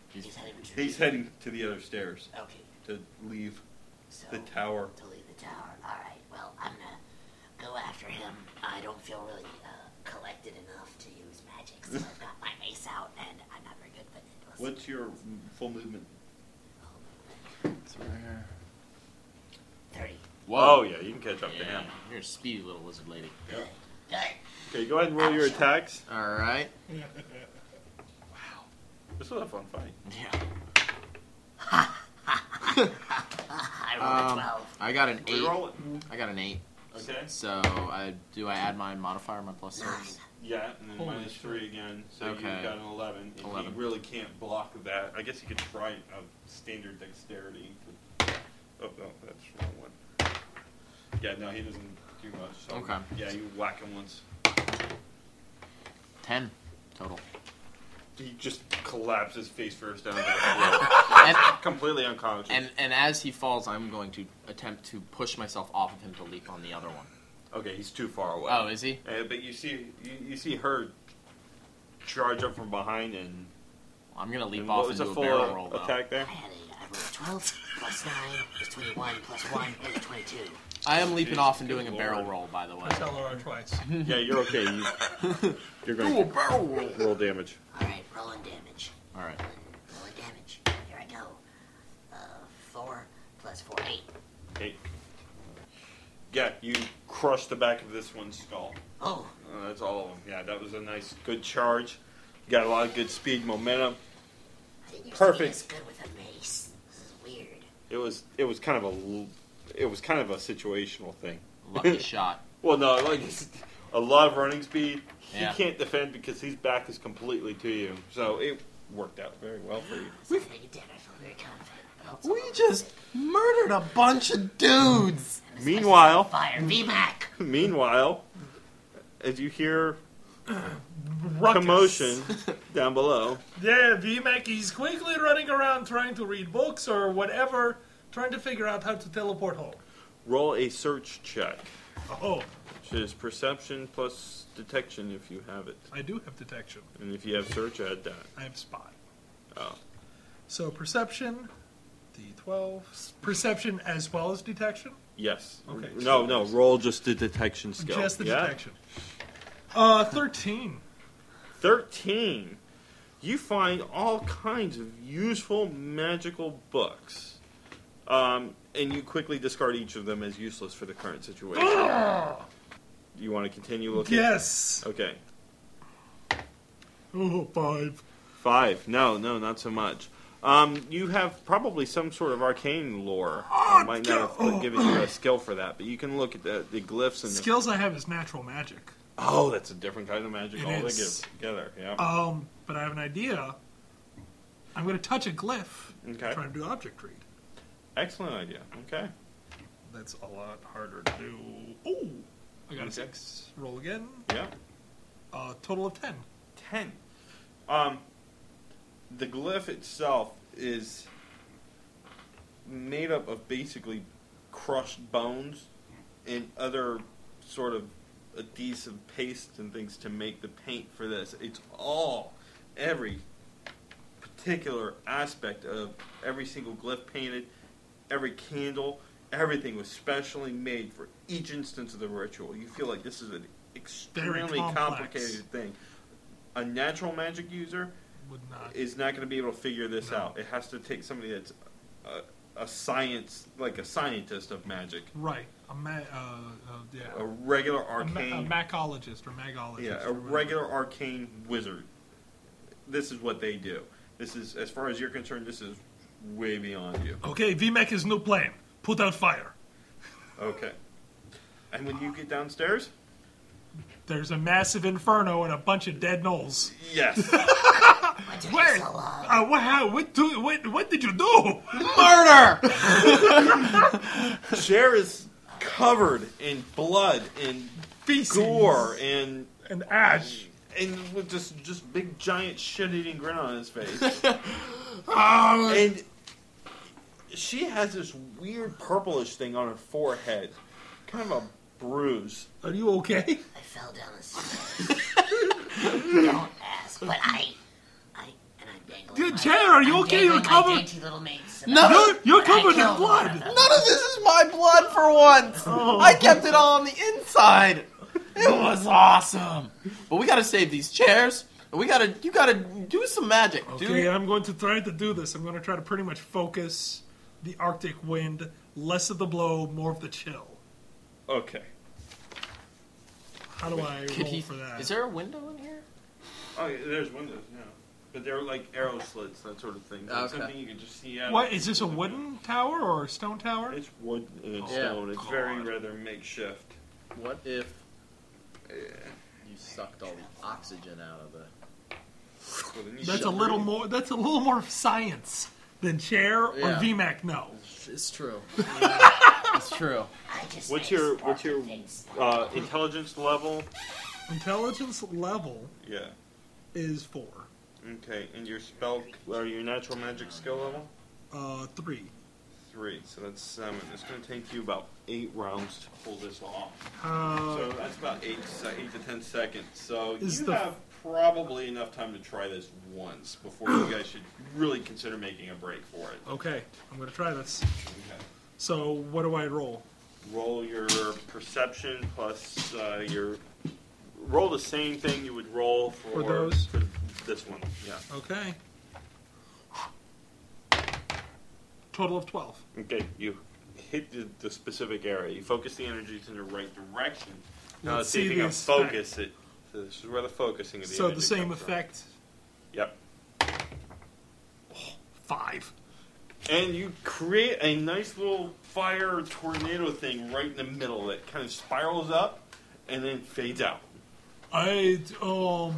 S4: He's, heading to
S2: He's heading to the other stairs
S4: Okay,
S2: to leave
S4: so
S2: the tower.
S4: to leave the tower. Alright, well, I'm gonna go after him. I don't feel really uh, collected enough to use magic, so I've got my mace out, and I'm not very good with it. Let's
S2: What's your m- full movement?
S3: It's right here.
S4: Thirty.
S2: Whoa. Oh, yeah, you can catch up to him.
S3: You're a speedy little wizard lady.
S2: Okay, go ahead and roll your attacks.
S3: All right.
S2: This was a fun fight.
S3: Yeah.
S4: I rolled a
S3: Um,
S4: twelve.
S3: I got an eight.
S2: Reroll
S3: I got an eight.
S2: Okay.
S3: So I do I add my modifier, my plus six?
S2: Yeah, and then
S3: Holy
S2: minus
S3: shit.
S2: three again. So
S3: Okay.
S2: you've got an 11. And
S3: Eleven.
S2: He really can't block that. I guess he could try a standard dexterity. To... Oh, no, that's the wrong one. Yeah, no, he doesn't do much. So
S3: Okay.
S2: Yeah, you whack him once.
S3: Ten total.
S2: He just collapses face first down to the floor. Completely unconscious.
S3: And and as he falls, I'm going to attempt to push myself off of him to leap on the other one.
S2: Okay, he's too far away.
S3: Oh, is he?
S2: Uh, but you see, you, you see her charge up from behind and.
S3: I'm gonna leap
S2: and
S3: off
S2: what was
S3: into
S2: the
S3: a
S2: full
S3: barrel roll, though.
S2: attack there.
S4: I rolled a twelve plus nine is twenty-one plus one is twenty-two.
S3: I am leaping
S2: Jeez,
S3: off and
S2: good
S3: doing a
S2: lord.
S3: barrel roll, by the way.
S5: Tell her twice.
S2: yeah, you're okay. You, you're going
S3: Do a barrel roll.
S2: roll damage.
S4: All right, rolling damage.
S3: All right.
S4: Rolling damage. Here I go. Uh, four plus four, eight.
S2: Eight. Yeah, you crush the back of this one's skull.
S4: Oh,
S2: Uh, that's all of them. Yeah, that was a nice, good charge. You got a lot of good speed, momentum.
S4: I didn't used to be
S2: Perfect.
S4: this good with a mace. This is weird.
S2: It was, it was kind of a, l- it was kind of a situational thing.
S3: Lucky shot.
S2: Well, no, like it's a lot of running speed.
S3: Yeah.
S2: He can't defend because his back is completely to you. So it worked out very well for you.
S4: So I think it did. I feel very confident. about
S3: We just murdered a bunch of dudes.
S2: Meanwhile,
S4: Fire VMAC.
S2: meanwhile, as you hear commotion down below,
S5: Yeah, VMAC is quickly running around trying to read books or whatever, trying to figure out how to teleport home.
S2: roll a search check,
S5: Oh,
S2: which is perception plus detection if you have it,
S5: I do have detection.
S2: and if you have search, add that.
S5: I have spot.
S2: Oh,
S5: So perception, D12. Perception as well as detection?
S2: yes.
S5: Okay.
S2: No, no. Roll just the detection skill.
S5: Just the
S2: yeah?
S5: detection. Uh, 13.
S2: 13 you find all kinds of useful magical books um, and you quickly discard each of them as useless for the current situation do you want to continue looking
S5: Ah! Yes.
S2: okay
S5: Oh, five.
S2: five no no not so much um, you have probably some sort of arcane lore
S5: Ah,
S2: i might not have given
S5: Oh.
S2: you a skill for that but you can look at the, the glyphs and the-
S5: Skills I have is natural magic.
S2: oh that's a different kind of magic
S5: It is.
S2: altogether yeah
S5: Um, but I have an idea. I'm going to touch a glyph.
S2: Okay.
S5: Try to do object read.
S2: excellent idea okay
S5: That's a lot harder to do. Oh, I got a
S2: Okay.
S5: six. Roll again.
S2: yeah
S5: Uh, total of ten.
S2: 10. Um, the glyph itself is made up of basically crushed bones and other sort of adhesive paste and things to make the paint for this. It's all, every particular aspect of every single glyph painted, every candle, everything was specially made for each instance of the ritual. You feel like this is an extremely
S5: complex.
S2: complicated thing. A natural magic user
S5: Would not.
S2: is not going to be able to figure this out. It has to take somebody that's a, a science, like a scientist of magic,
S5: Right. A ma- uh, uh, yeah.
S2: a regular
S5: A ma-
S2: arcane,
S5: a macologist or magologist.
S2: yeah,
S5: or
S2: a
S5: whatever.
S2: regular arcane wizard. This is what they do. This is, as far as you're concerned, this is way beyond you.
S5: Okay, VMAC is new plan. Put out fire.
S2: Okay. And when you get downstairs,
S5: There's a massive inferno and a bunch of dead gnolls.
S2: yes,
S5: Wait, uh, what, how, what, do, what, what did you do?
S3: Murder!
S2: Cher is covered in blood and
S5: Feces.
S2: gore and
S5: And ash.
S2: and with just just big giant shit eating grin on his face. Ah, and she has this weird purplish thing on her forehead, kind of a bruise.
S5: Are you okay?
S4: I fell down the stairs. Don't ask. But I, I, and I'm dangling.
S5: Dude,
S4: my-
S5: Cher, are you
S4: I'm
S5: okay? You're
S4: dangling my
S5: covered-
S4: dainty little mates.
S3: No,
S5: You're, you're
S4: I
S5: covered in
S4: killed one
S5: blood.
S4: of them.
S3: None of this is my blood for once. I kept it all on the inside. It was awesome. But we gotta save these chairs. We gotta, you gotta do some magic,
S5: Okay,
S3: dude.
S5: I'm going to try to do this. I'm going to try to pretty much focus the Arctic wind, less of the blow, more of the chill.
S2: Okay.
S5: How do I
S3: Could
S5: roll
S3: he-
S5: for that?
S3: Is there a window in here?
S2: Oh, yeah, there's windows, yeah. But they're like arrow slits, that sort of thing. Like
S3: Okay.
S2: Something you could just see out.
S5: What is this? A wooden tower or a stone tower?
S2: It's wood and
S5: Oh,
S2: stone. It's very
S3: God.
S2: rather makeshift.
S3: What if you sucked all the oxygen out of the?
S5: That's a little more. That's a little more science than chair
S3: Yeah.
S5: or VMAC. No,
S3: It's true. it's true.
S2: What's your what's your uh, intelligence level?
S5: intelligence level
S2: Yeah.
S5: is four,
S2: Okay, and your spell or your natural magic skill level?
S5: uh, three.
S2: Three. So that's seven. It's going to take you about eight rounds to pull this off.
S5: Uh,
S2: so that's about eight se- eight to ten seconds. So
S5: Is
S2: you
S5: the-
S2: have probably enough time to try this once before you guys should really consider making a break for it.
S5: Okay, I'm gonna try this.
S2: Okay.
S5: So what do I roll?
S2: roll your perception plus uh, your roll the same thing you would roll for,
S5: For those?
S2: for this one. Yeah.
S5: Okay. Total of twelve.
S2: Okay. You hit the, the specific area. You focus the energies in the right direction. Now let's see if you can
S5: this effect.
S2: focus it. So this is where the focusing of the
S5: so the
S2: energy
S5: same
S2: comes from.
S5: effect.
S2: Yep.
S5: Five.
S2: And you create a nice little fire tornado thing right in the middle that kind of spirals up and then fades out.
S5: I um.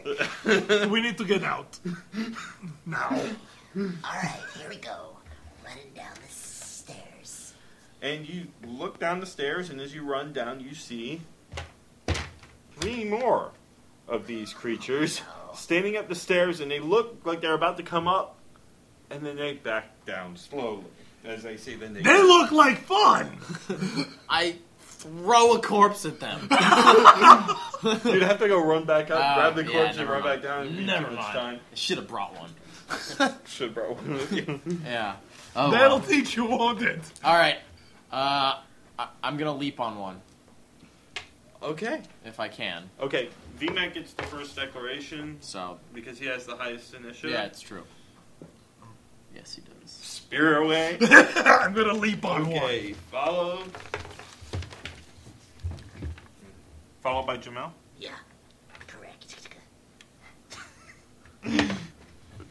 S5: we need to get out now.
S2: Uh.
S4: Alright, here we go. Running down the stairs.
S2: And you look down the stairs, and as you run down, you see three more of these creatures
S3: Oh.
S2: standing up the stairs, and they look like they're about to come up, and then they back down slowly. As I see, then they
S5: They look like fun.
S3: I throw a corpse at them.
S2: You'd have to go run back up,
S3: Oh,
S2: grab the
S3: yeah,
S2: corpse, and
S3: never
S2: run back
S3: mind.
S2: down. And be
S3: Never
S2: too much
S3: mind.
S2: Time.
S3: Should have brought one.
S2: Should brought one with you.
S3: Yeah. Oh,
S5: That'll
S3: well.
S5: teach you, won't it?
S3: All right. Uh, I- I'm gonna leap on one
S2: Okay.
S3: if I can.
S2: Okay. VMAC gets the first declaration
S3: So
S2: because he has the highest initiative.
S3: yeah, it's true. Yes, he does.
S2: Spear away.
S5: I'm gonna leap on one.
S2: Okay, follow. Followed by Jamel.
S4: Yeah, correct.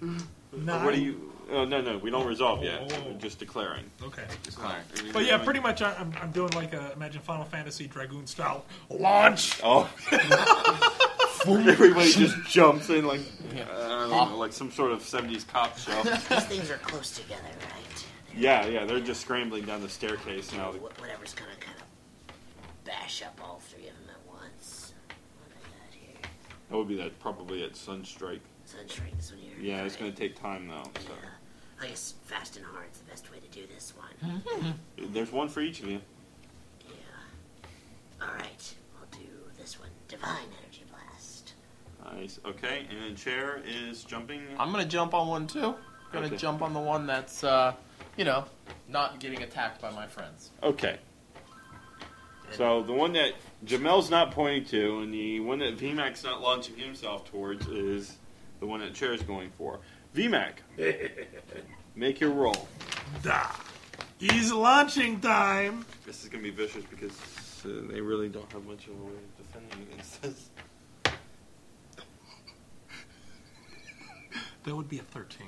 S5: Nine.
S2: What do you? Oh, no, no, we don't resolve yet.
S5: Oh.
S2: We're just declaring.
S5: Okay.
S3: Alright.
S5: But yeah, pretty much I- I'm, I'm doing like a imagine Final Fantasy Dragoon style launch.
S2: Oh. Everybody just jumps in like, I don't know, like some sort of '70s cop show.
S4: These things are close together, right?
S2: yeah, yeah, they're just scrambling down the staircase now.
S4: Wh- Whatever's gonna kind of bash up all three of them at once. What I got here?
S2: That would be that probably at Sunstrike.
S4: Sunstrike, this one here.
S2: Yeah, it's gonna take time though. So
S4: I guess fast and hard's the best way to do this one.
S2: there's one for each of you.
S4: Alright, I'll do this one. Divine Energy Blast.
S2: Nice. Okay, and then chair is jumping.
S3: I'm gonna jump on one too. Gonna
S2: Okay.
S3: jump on the one that's, uh, you know, not getting attacked by my friends.
S2: Okay. So the one that Jamel's not pointing to, and the one that VMAC's not launching himself towards, is the one that Chair's going for. VMAC, make your roll.
S5: Da. He's launching time.
S2: This is gonna be vicious because uh, they really don't have much of a way of defending against this.
S5: That would be a thirteen.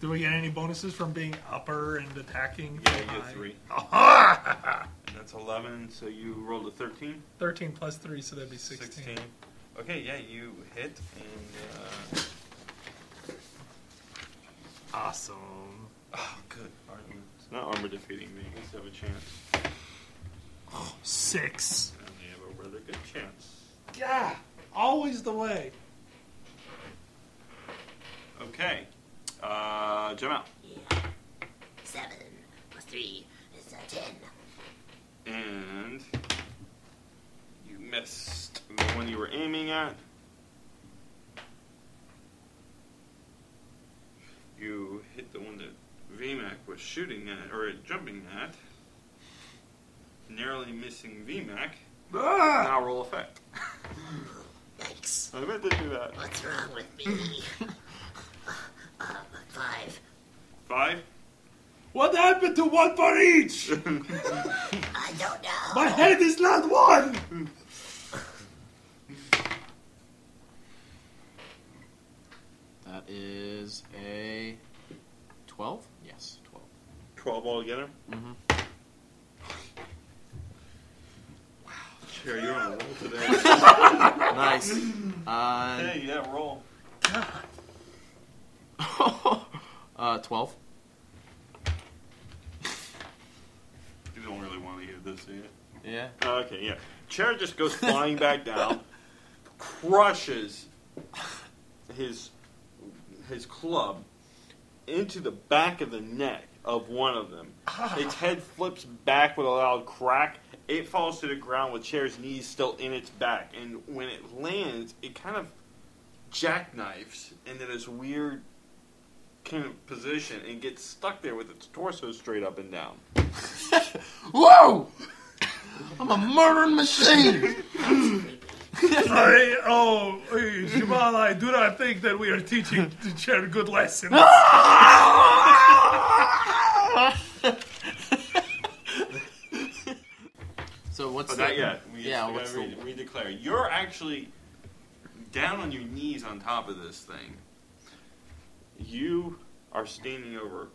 S5: Do we get any bonuses from being upper and attacking?
S2: Yeah, you
S5: high?
S2: get three.
S5: Aha!
S2: That's eleven. So you rolled a thirteen.
S5: Thirteen plus three, so that'd be sixteen.
S2: Sixteen. Okay, yeah, you hit, and uh,
S5: Awesome.
S2: oh, good. Armor. It's not armor defeating me. You still have a chance.
S5: Six.
S2: And you have a rather good chance.
S5: Yeah, always the way.
S2: Okay. Uh, Jamel.
S4: Yeah. Seven plus three is a ten.
S2: And you missed the one you were aiming at. You hit the one that VMAC was shooting at, or jumping at. Narrowly missing VMAC.
S5: Ah!
S2: Now roll effect.
S4: Yes.
S2: I meant to do that.
S4: What's wrong with me? Uh, Five.
S2: Five?
S5: What happened to one for each?
S4: I don't know.
S5: My head is not one!
S3: That is a 12? Yes, 12.
S2: 12 altogether?
S3: Mm-hmm.
S2: Sure, you're on a roll today.
S3: nice. Uh,
S2: hey, yeah, roll.
S3: Uh, 12.
S2: You don't really want to hear this, do you?
S3: Yeah.
S2: Oh, Okay, yeah. Chair just goes flying back down, crushes his his club into the back of the neck of one of them. Its head flips back with a loud crack. It falls to the ground with Chair's knees still in its back, and when it lands, it kind of jackknifes into this weird kind of position and gets stuck there with its torso straight up and down.
S3: Whoa! I'm a murdering machine!
S5: I, oh, eh, Jamal, I do not think that we are teaching the chair good lessons.
S3: So what's
S2: oh, not
S3: the-
S2: yet? We
S3: yeah,
S2: just
S3: what's
S2: gotta
S3: the-
S2: re- redeclare? You're actually down on your knees on top of this thing. You are standing over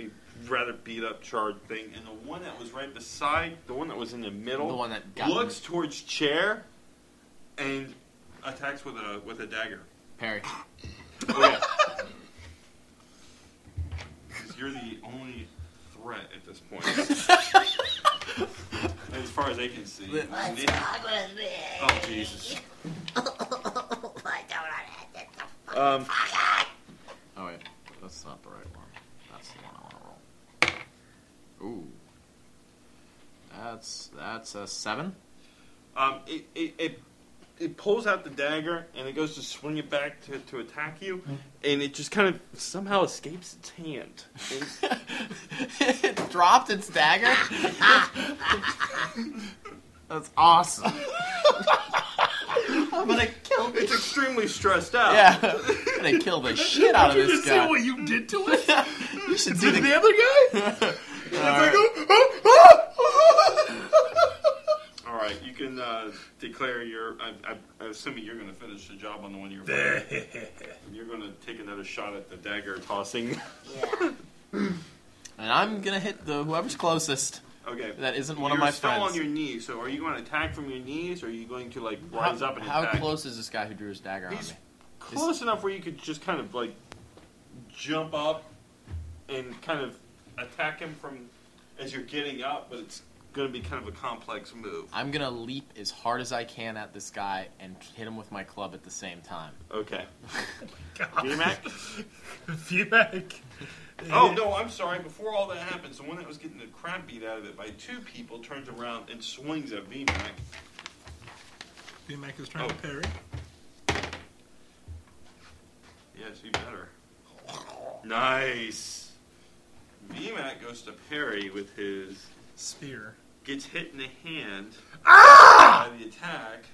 S2: a rather beat up charred thing, and the one that was right beside, the one that was in the middle,
S3: The one that got
S2: looks towards chair and attacks with a with a dagger.
S3: Parry.
S2: Oh yeah. 'Cause you're the only threat at this point. as far as they can see.
S4: What's
S2: They-
S4: wrong with me?
S2: Oh Jesus.
S4: Why don't I have this?
S2: Um.
S3: Oh wait, that's not the right one. That's the one I want to roll. Ooh, that's that's a seven.
S2: Um, it, it, it, it pulls out the dagger and it goes to swing it back to, to attack you, and it just kind of somehow escapes its hand. And
S3: it dropped its dagger. that's awesome. I'm gonna kill.
S2: It's extremely stressed out.
S3: Yeah, I'm gonna kill the shit out of
S5: Did you
S3: this
S5: just
S3: guy.
S5: see what you did to it?
S3: you should do the,
S5: other guy?
S3: It's like,
S2: All right, you can uh, declare your. I, I, I'm assuming you're going to finish the job on the one you're. fighting. you're going to take another shot at the dagger tossing.
S3: and I'm gonna hit the whoever's closest.
S2: Okay.
S3: That isn't one of
S2: You're
S3: my
S2: still
S3: friends.
S2: on your knees, so are you going to attack from your knees, or are you going to like rise
S3: how
S2: up and
S3: how
S2: attack?
S3: close is this guy who drew his dagger
S2: He's
S3: on me?
S2: close enough where you could just kind of like jump up and kind of attack him from as you're getting up, but it's going to be kind of a complex move.
S3: I'm gonna leap as hard as I can at this guy and hit him with my club at the same time.
S2: Okay. VMAC?
S5: VMAC.
S2: Oh no, I'm sorry. Before all that happens, the one that was getting the crap beat out of it by two people turns around and swings at VMAC.
S5: VMAC is trying to parry.
S2: Yes, you better. Nice. VMAC goes to parry with his
S5: Spear.
S2: gets hit in the hand
S5: Ah!
S2: by the attack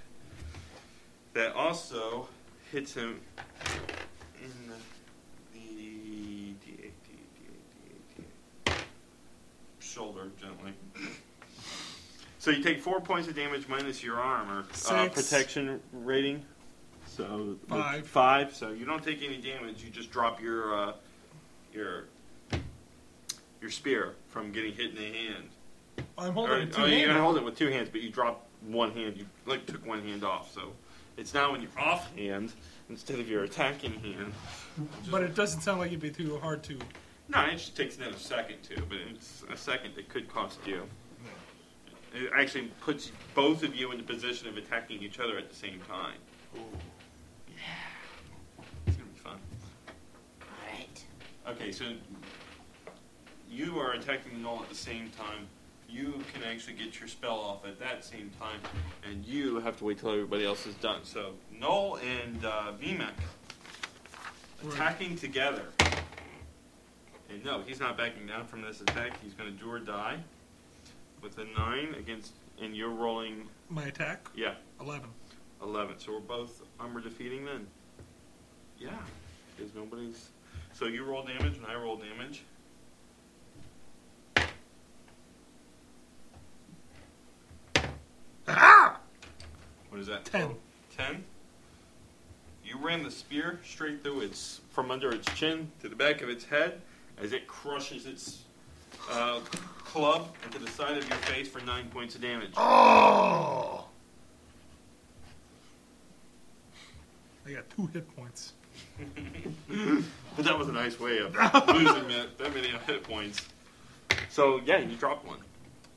S2: that also hits him in the, the D8, D8, D8, D8, D8, shoulder gently. So you take four points of damage minus your armor uh,
S5: Six.
S2: protection rating. So the-
S5: Five.
S2: five. So you don't take any damage. You just drop your uh, your your spear from getting hit in the hand.
S5: I'm holding it
S2: Or-
S5: two
S2: oh, you
S5: hands.
S2: can hold it with two hands, but you dropped one hand. You like took one hand off, so it's now in your off hand instead of your attacking hand.
S5: But it doesn't sound like it'd be too hard to.
S2: No, it just takes another second to, but it's a second that could cost you. It actually puts both of you in the position of attacking each other at the same time. Yeah, it's gonna be fun.
S4: Alright.
S2: Okay, so you are attacking Null at the same time. You can actually get your spell off at that same time, and you have to wait till everybody else is done. So Null and uh, VMAC attacking together. And no, he's not backing down from this attack. He's going to do or die with a nine against, and you're rolling.
S5: My attack?
S2: Yeah,
S5: 11.
S2: 11. So we're both armor defeating then? Yeah. Because nobody's. So you roll damage and I roll damage. Ah! What is that? Ten. Ten? You ram the spear straight through its. from under its chin to the back of its head as it crushes its uh, club into the side of your face for nine points of damage.
S5: Oh! I got two hit points.
S2: But that was a nice way of losing that, that many hit points. So yeah, you dropped one.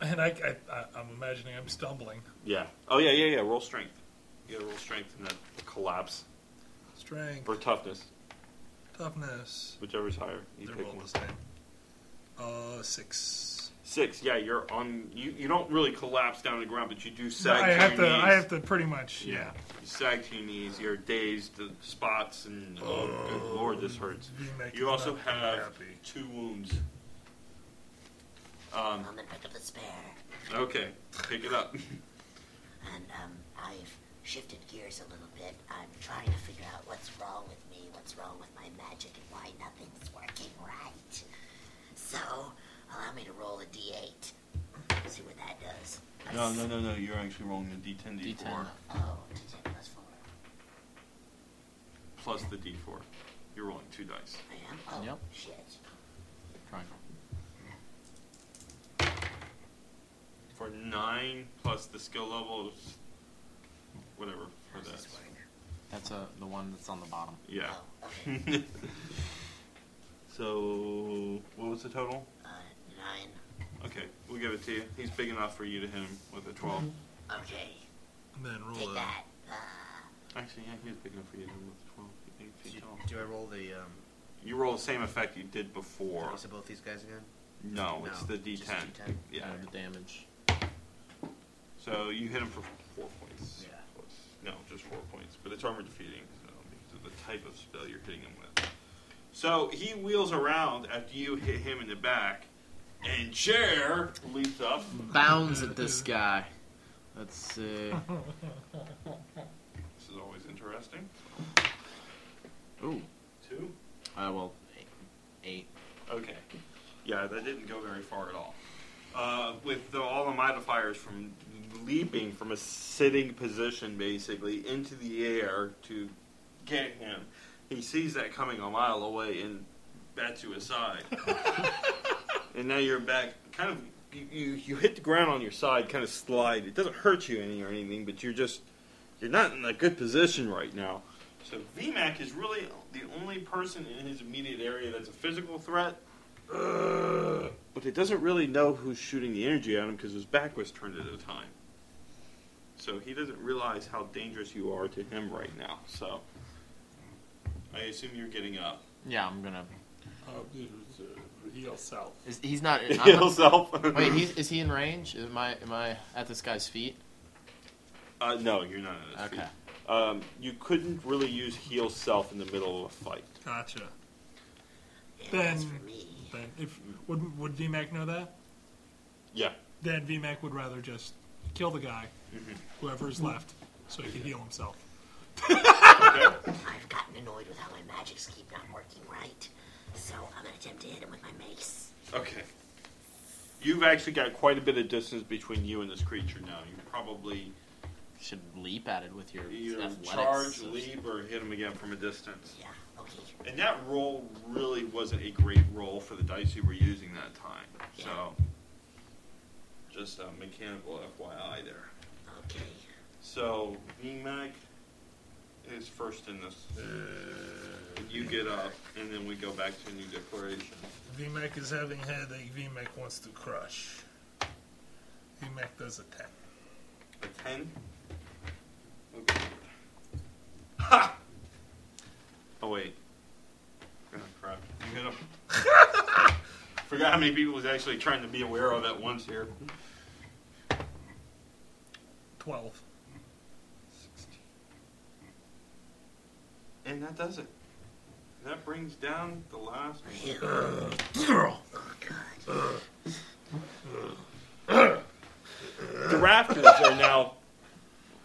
S5: And I, I, I, I'm imagining I'm stumbling.
S2: Yeah. Oh yeah, yeah, yeah. Roll strength. You gotta roll strength and that collapse
S5: Strength,
S2: or toughness,
S5: toughness.
S2: whichever's higher. You pick one.
S5: Uh, six.
S2: Six. Yeah, you're on. You, you don't really collapse down to the ground, but you do sag.
S5: I
S2: to
S5: have
S2: your
S5: to.
S2: knees.
S5: I have to pretty much.
S2: Yeah.
S5: Yeah.
S2: You sag to your knees, you're dazed, the spots, and oh, good lord, this hurts.
S5: Remake
S2: You
S5: is
S2: also
S5: not
S2: have two wounds. Um,
S4: I'm gonna pick up the spare,
S2: okay, pick it up.
S4: and um, I've shifted gears a little bit. I'm trying to figure out what's wrong with me, what's wrong with my magic, and why nothing's working right. So, allow me to roll a d8. See what that does.
S2: No, no, no, no, you're actually rolling the d10, d4.
S4: Oh, d10 plus four.
S2: Plus the d4. You're rolling two dice.
S4: I am. Oh,
S2: Yep.
S4: shit.
S2: For nine plus the skill level, is whatever for this.
S3: That's uh, the one that's on the bottom.
S2: Yeah.
S4: Oh,
S2: so, what was the total?
S4: Uh, nine.
S2: Okay, we'll give it to you. He's big enough for you to hit him with a 12.
S4: Okay.
S5: And then roll
S4: Take
S5: a-
S4: that. Uh,
S2: Actually, yeah, he was big enough for you to hit him with 12. Eight feet tall.
S6: Do I roll the? Um,
S2: You roll the same effect you did before.
S6: is it both these guys again?
S2: No, Oh, it's the D10.
S6: just D10.
S2: Yeah.
S3: the damage.
S2: So you hit him for four points. Yeah. No, just four points. But it's armor defeating, so because of the type of spell you're hitting him with. So he wheels around after you hit him in the back, and Jer leaps up.
S3: Bounds at this guy. Let's see. Uh,
S2: This is always interesting.
S3: Ooh.
S2: Two.
S3: Uh, well, eight.
S2: Okay. Yeah, that didn't go very far at all. Uh, with the, all the modifiers from leaping from a sitting position, basically, into the air to get him, he sees that coming a mile away and bats you aside. and now you're back, kind of, you, you, you hit the ground on your side, kind of slide. It doesn't hurt you any or anything, but you're just, you're not in a good position right now. So VMAC is really the only person in his immediate area that's a physical threat. Ugh. But it doesn't really know who's shooting the energy at him because his back was turned at the time. So he doesn't realize how dangerous you are to him right now. So I assume you're getting up.
S3: Yeah, I'm gonna.
S5: uh, heal self.
S3: Is, he's not. I'm
S2: Heal
S3: not-
S2: self.
S3: Wait, he's, is he in range? Am I? Am I at this guy's feet?
S2: Uh, no, you're not. At his Feet.
S3: Okay.
S2: Um, you couldn't really use heal self in the middle of a fight.
S5: Gotcha. Then, then if would would VMAC know that?
S2: Yeah.
S5: Then VMAC would rather just kill the guy, whoever's left, so he can heal himself.
S4: I've gotten annoyed with how my magics keep not working right. So I'm gonna attempt to hit him with my mace.
S2: Okay. You've actually got quite a bit of distance between you and this creature now. You probably
S3: should leap at it with your
S2: either
S3: athletics.
S2: charge, leap, or hit him again from a distance.
S4: Yeah. Okay.
S2: And that roll really wasn't a great roll for the dice you were using that time. So, just a mechanical FYI there.
S4: Okay.
S2: So, VMAC is first in this. you get up, and then we go back to a new declaration.
S5: VMAC is having headache. VMAC wants to crush. VMAC does a ten.
S2: A ten. Oh wait. Oh, crap. You hit him. Forgot how many people was actually trying to be aware of at once here.
S5: Twelve.
S2: And that does it. That brings down the last The rafters are now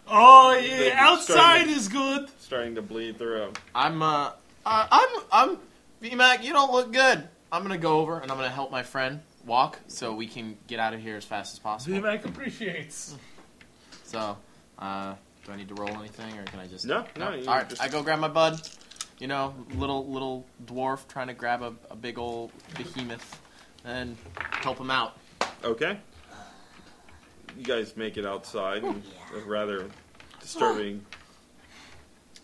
S5: Oh,
S2: They're
S5: yeah,
S2: starting
S5: outside
S2: to-
S5: is good.
S2: Starting to bleed through.
S3: I'm uh, uh I'm I'm VMAC, you don't look good. I'm gonna go over and I'm gonna help my friend walk so we can get out of here as fast as possible.
S5: VMAC appreciates.
S3: So, uh, do I need to roll anything or can I just
S2: No, no, you
S3: All right,
S2: just-
S3: I go grab my bud. You know, little little dwarf trying to grab a, a big old behemoth and help him out.
S2: Okay. You guys make it outside. And a rather disturbing.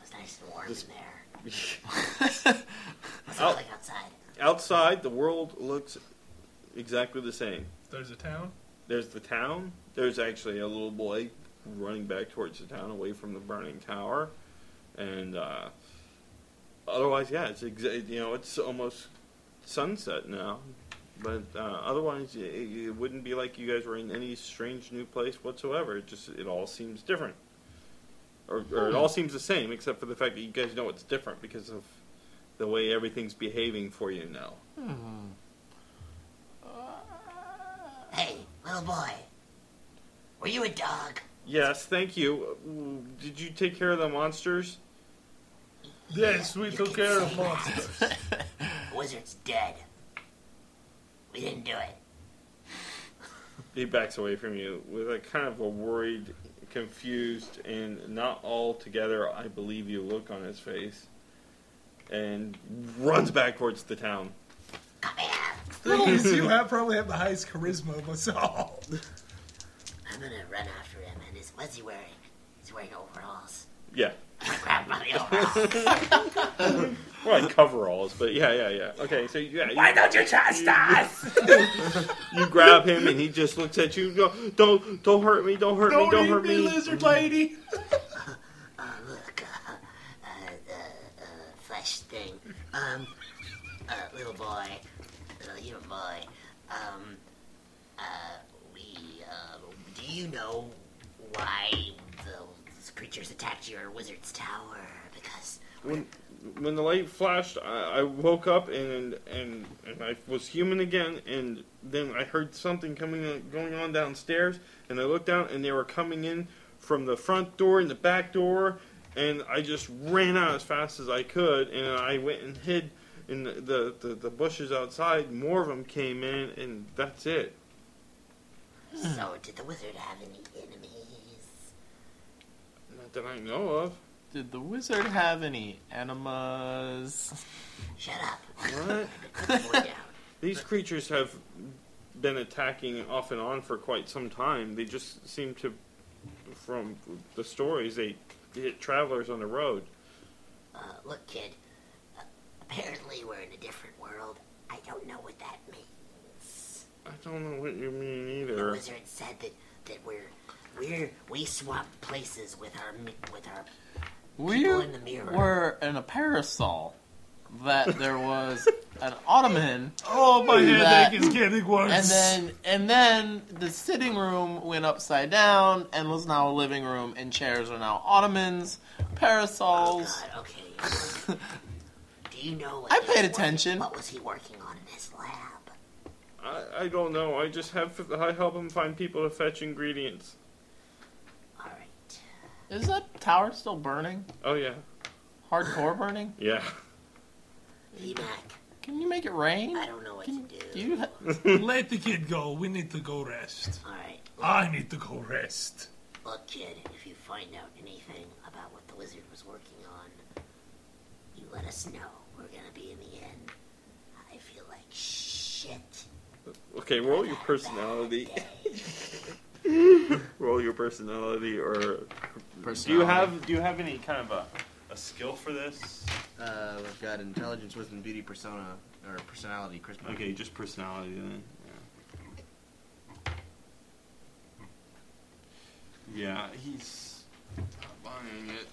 S4: It's nice and warm
S2: Just-
S4: in there. it's not
S2: Out-
S4: like outside.
S2: Outside, the world looks exactly the same.
S5: There's a town.
S2: There's the town. There's actually a little boy running back towards the town, away from the burning tower, and uh, otherwise, yeah, it's exa- you know it's almost sunset now. But uh, otherwise, it, it wouldn't be like you guys were in any strange new place whatsoever. It just it all seems different, or, or it all seems the same, except for the fact that you guys know it's different because of the way everything's behaving for you now.
S4: Hey, little boy. Were you a dog?
S2: Yes, thank you. W- Did you take care of the monsters?
S5: Yes, we took care of monsters.
S4: Wizard's dead. We didn't do it.
S2: He backs away from you with a kind of a worried, confused, and not altogether I believe you look on his face, and runs back towards the town.
S5: Thing is, you have probably have the highest charisma of us all.
S4: I'm gonna run after him. And his, what's he wearing? He's wearing overalls.
S2: Yeah.
S4: Grab him by the overalls.
S2: Well, like coveralls, but yeah, yeah, yeah. Okay, so yeah.
S4: Why don't you trust us?
S2: You grab him, and he just looks at you. Go, don't, don't hurt me! Don't hurt me! Don't hurt me!
S5: lizard lady.
S4: uh, flesh uh, thing. Um, uh, little boy, little human boy. Um, uh, we, uh, do you know why those creatures attacked your wizard's tower? Because
S2: When, when the light flashed, I, I woke up and, and and I was human again. And then I heard something coming going on downstairs, and I looked down, and they were coming in from the front door and the back door. And I just ran out as fast as I could, and I went and hid in the the, the, the bushes outside. More of them came in, and that's it.
S4: so did the wizard have any enemies?
S2: Not that I know of.
S3: Did the wizard have any animas?
S4: Shut up.
S2: What? These creatures have been attacking off and on for quite some time. They just seem to, from the stories, they hit travelers on the road.
S4: Uh, look, kid. uh, Apparently, we're in a different world. I don't know what that means.
S2: I don't know what you mean
S4: The
S2: either.
S4: wizard said that, that we're we're we swap places with our mi- with our
S3: We
S4: people in the mirror.
S3: were in a parasol. That there was an ottoman.
S5: Oh, my
S3: that-
S5: headache is getting worse.
S3: And then, and then the sitting room went upside down and was now a living room, and chairs are now ottomans, parasols.
S4: God, okay. Do you know? What
S3: I
S4: he
S3: paid
S4: was working-
S3: attention.
S4: What was he working on in his lab?
S2: I, I don't know. I just have I help them find people to fetch ingredients.
S3: Is that tower still burning?
S2: Oh yeah,
S3: Hardcore burning?
S2: yeah.
S3: Can you make it rain?
S4: I don't know what to do.
S3: Do you ha-
S5: Let the kid go. We need to go rest.
S4: All right,
S5: I need to go rest.
S4: look, kid. If you find out anything about what the wizard was working on, you let us know. We're gonna be in the end. I feel like shit.
S2: Okay, roll your personality. roll your personality, or do you
S6: Personality.
S2: have do you have any kind of a, a skill for this?
S6: Uh, I've got intelligence, wisdom, beauty, persona, or personality, charisma.
S2: Okay, just personality then. Yeah, he's not buying it.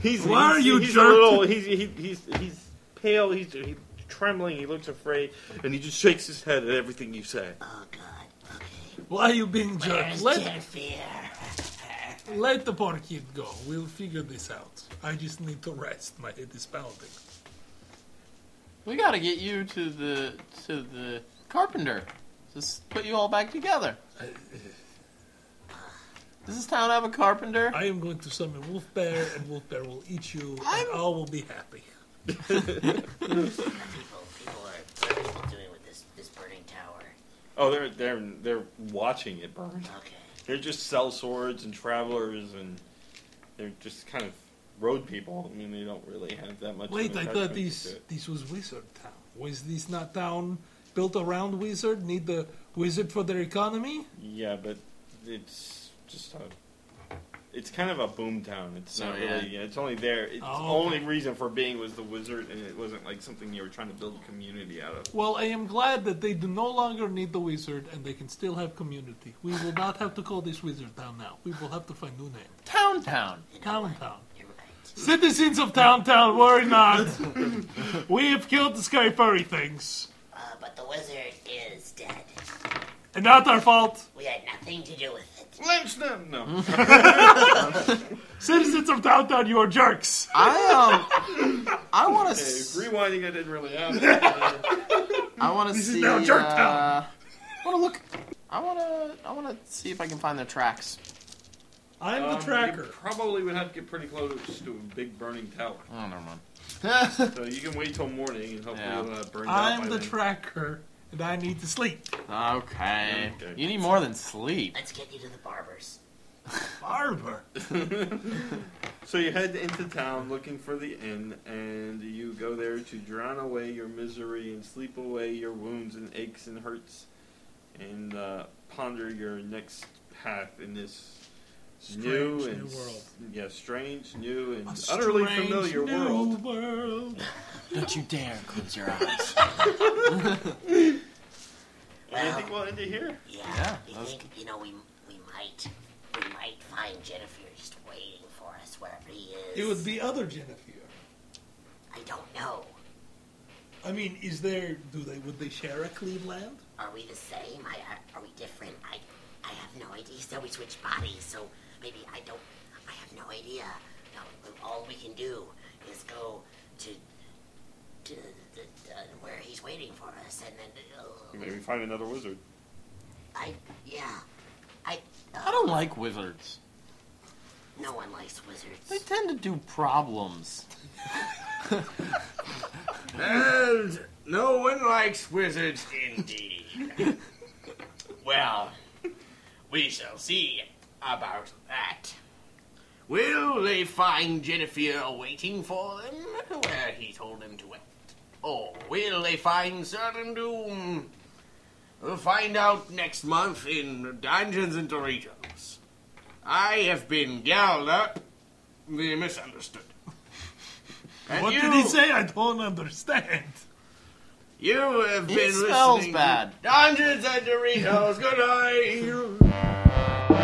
S2: he's
S5: Why are
S2: he's-
S5: you
S2: he's a
S5: jerk?
S2: little, he's, he, he's he's pale. He's he, trembling. He looks afraid, and he just shakes his head at everything you say.
S4: Oh,
S5: Why are you being jerked?
S4: Where's
S5: Let,
S4: Jennifer?
S5: let the poor kid go. We'll figure this out. I just need to rest. My head is pounding.
S3: we gotta get you to the to the carpenter. Just put you all back together. Does this town have a carpenter?
S5: I am going to summon Wolf Bear, and Wolf Bear will eat you, and all will be happy.
S4: People, Oh, people are thirsty doing with this, this burning tower.
S2: Oh, they're they're they're watching it burn. Okay. They're just sell swords and travelers, and they're just kind of road people. I mean, they don't really have that much. of an
S5: Wait, I
S2: attachment
S5: thought
S2: to
S5: this
S2: it.
S5: this was Wizard Town. Was this not town built around Wizard? Need the Wizard for their economy?
S2: Yeah, but it's just a. It's kind of a boom town. It's
S5: So,
S2: not
S5: yeah.
S2: really. Yeah, it's only there. It's
S5: Oh, okay.
S2: only reason for being was the wizard, and it wasn't like something you were trying to build a community out of.
S5: Well, I am glad that they do no longer need the Wizard, and they can still have community. We will not have to call this Wizard Town now. We will have to find new name.
S3: Town Town.
S5: Town Town. Citizens of Town Town, worry not. we have killed the scary furry things,
S4: Uh, but the wizard is dead.
S5: and not our fault.
S4: We had nothing to do with it.
S2: Lynch them! No.
S5: Citizens of Town Town, you are jerks.
S3: I um, I want
S2: Okay,
S3: to.
S2: rewinding. I didn't really have. it. Um,
S3: I want to
S2: This
S3: see.
S2: is now Jerk
S3: uh,
S2: Town.
S3: I want to look. I want to. I want to see if I can find their tracks.
S5: I'm
S2: Um, you probably would have to get pretty close to a big burning tower.
S3: Oh, never mind.
S2: so you can wait till morning and hopefully
S3: Yeah.
S2: it'll have burned out by
S5: I'm the
S2: then.
S5: tracker, and I need to sleep.
S3: Okay. You need more than sleep.
S4: Let's get you to the barbers.
S5: Barber.
S2: so you head into town looking for the inn, and you go there to drown away your misery and sleep away your wounds and aches and hurts, and uh, ponder your next path in this new
S5: Strange
S2: and
S5: new
S2: s-
S5: world.
S2: yeah, strange, new, and
S5: A
S2: utterly
S5: strange
S2: familiar
S5: new
S2: world.
S5: world.
S3: Don't you dare close your eyes.
S2: And I think we'll end it here.
S4: Yeah.
S3: Yeah,
S4: you
S3: that's
S4: think, you know, we, we might we might find Jennifer just waiting for us wherever he is.
S5: It would be other Jennifer.
S4: I don't know.
S5: I mean, is there? Do they? Would they share a Cleveland?
S4: Are we the same? I, I- are we different? I, I have no idea. So we switch bodies, so maybe I don't. I have no idea. No, all we can do is go to to the, the, where he's waiting for us, and then uh,
S2: Maybe find another wizard.
S4: I yeah, I uh,
S3: I don't like wizards.
S4: no one likes wizards.
S3: They tend to do problems.
S1: And no one likes wizards, indeed. well, we shall see about that. Will they find Jennifer waiting for them where he told them to wait? Or will they find certain doom? We'll find out next month in Dungeons and Doritos. I have been galled up, the misunderstood. And
S5: what
S1: you-
S5: did he say? I don't understand.
S1: You have
S5: It
S1: been
S5: smells
S1: listening
S5: bad.
S1: to Dungeons and Doritos. Good night.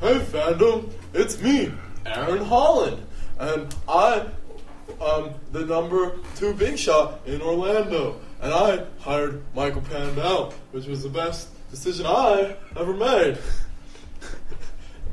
S5: Hey, fandom, it's me, Aaron Holland, and I am the number two big shot in Orlando, and I hired Michael Pandel, which was the best decision I ever made.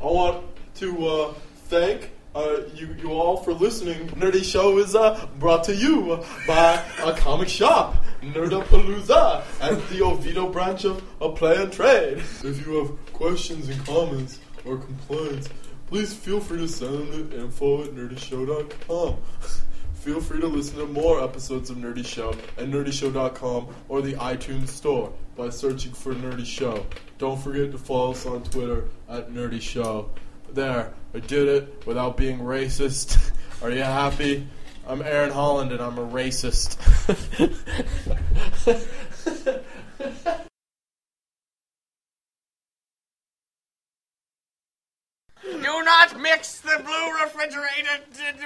S5: I want to uh, thank uh, you, you all for listening. Nerdy Show is uh, brought to you by a comic shop, Nerdapalooza, at the Oviedo branch of A Play and Trade. If you have questions and comments or complaints, please feel free to send them to info at nerdyshow.com. Feel free to listen to more episodes of Nerdy Show at nerdyshow.com or the iTunes Store by searching for Nerdy Show. Don't forget to follow us on Twitter at Nerdy Show. There, I did it without being racist. Are you happy? I'm Aaron Holland and I'm a racist.
S1: Do not mix the blue refrigerator. d- d-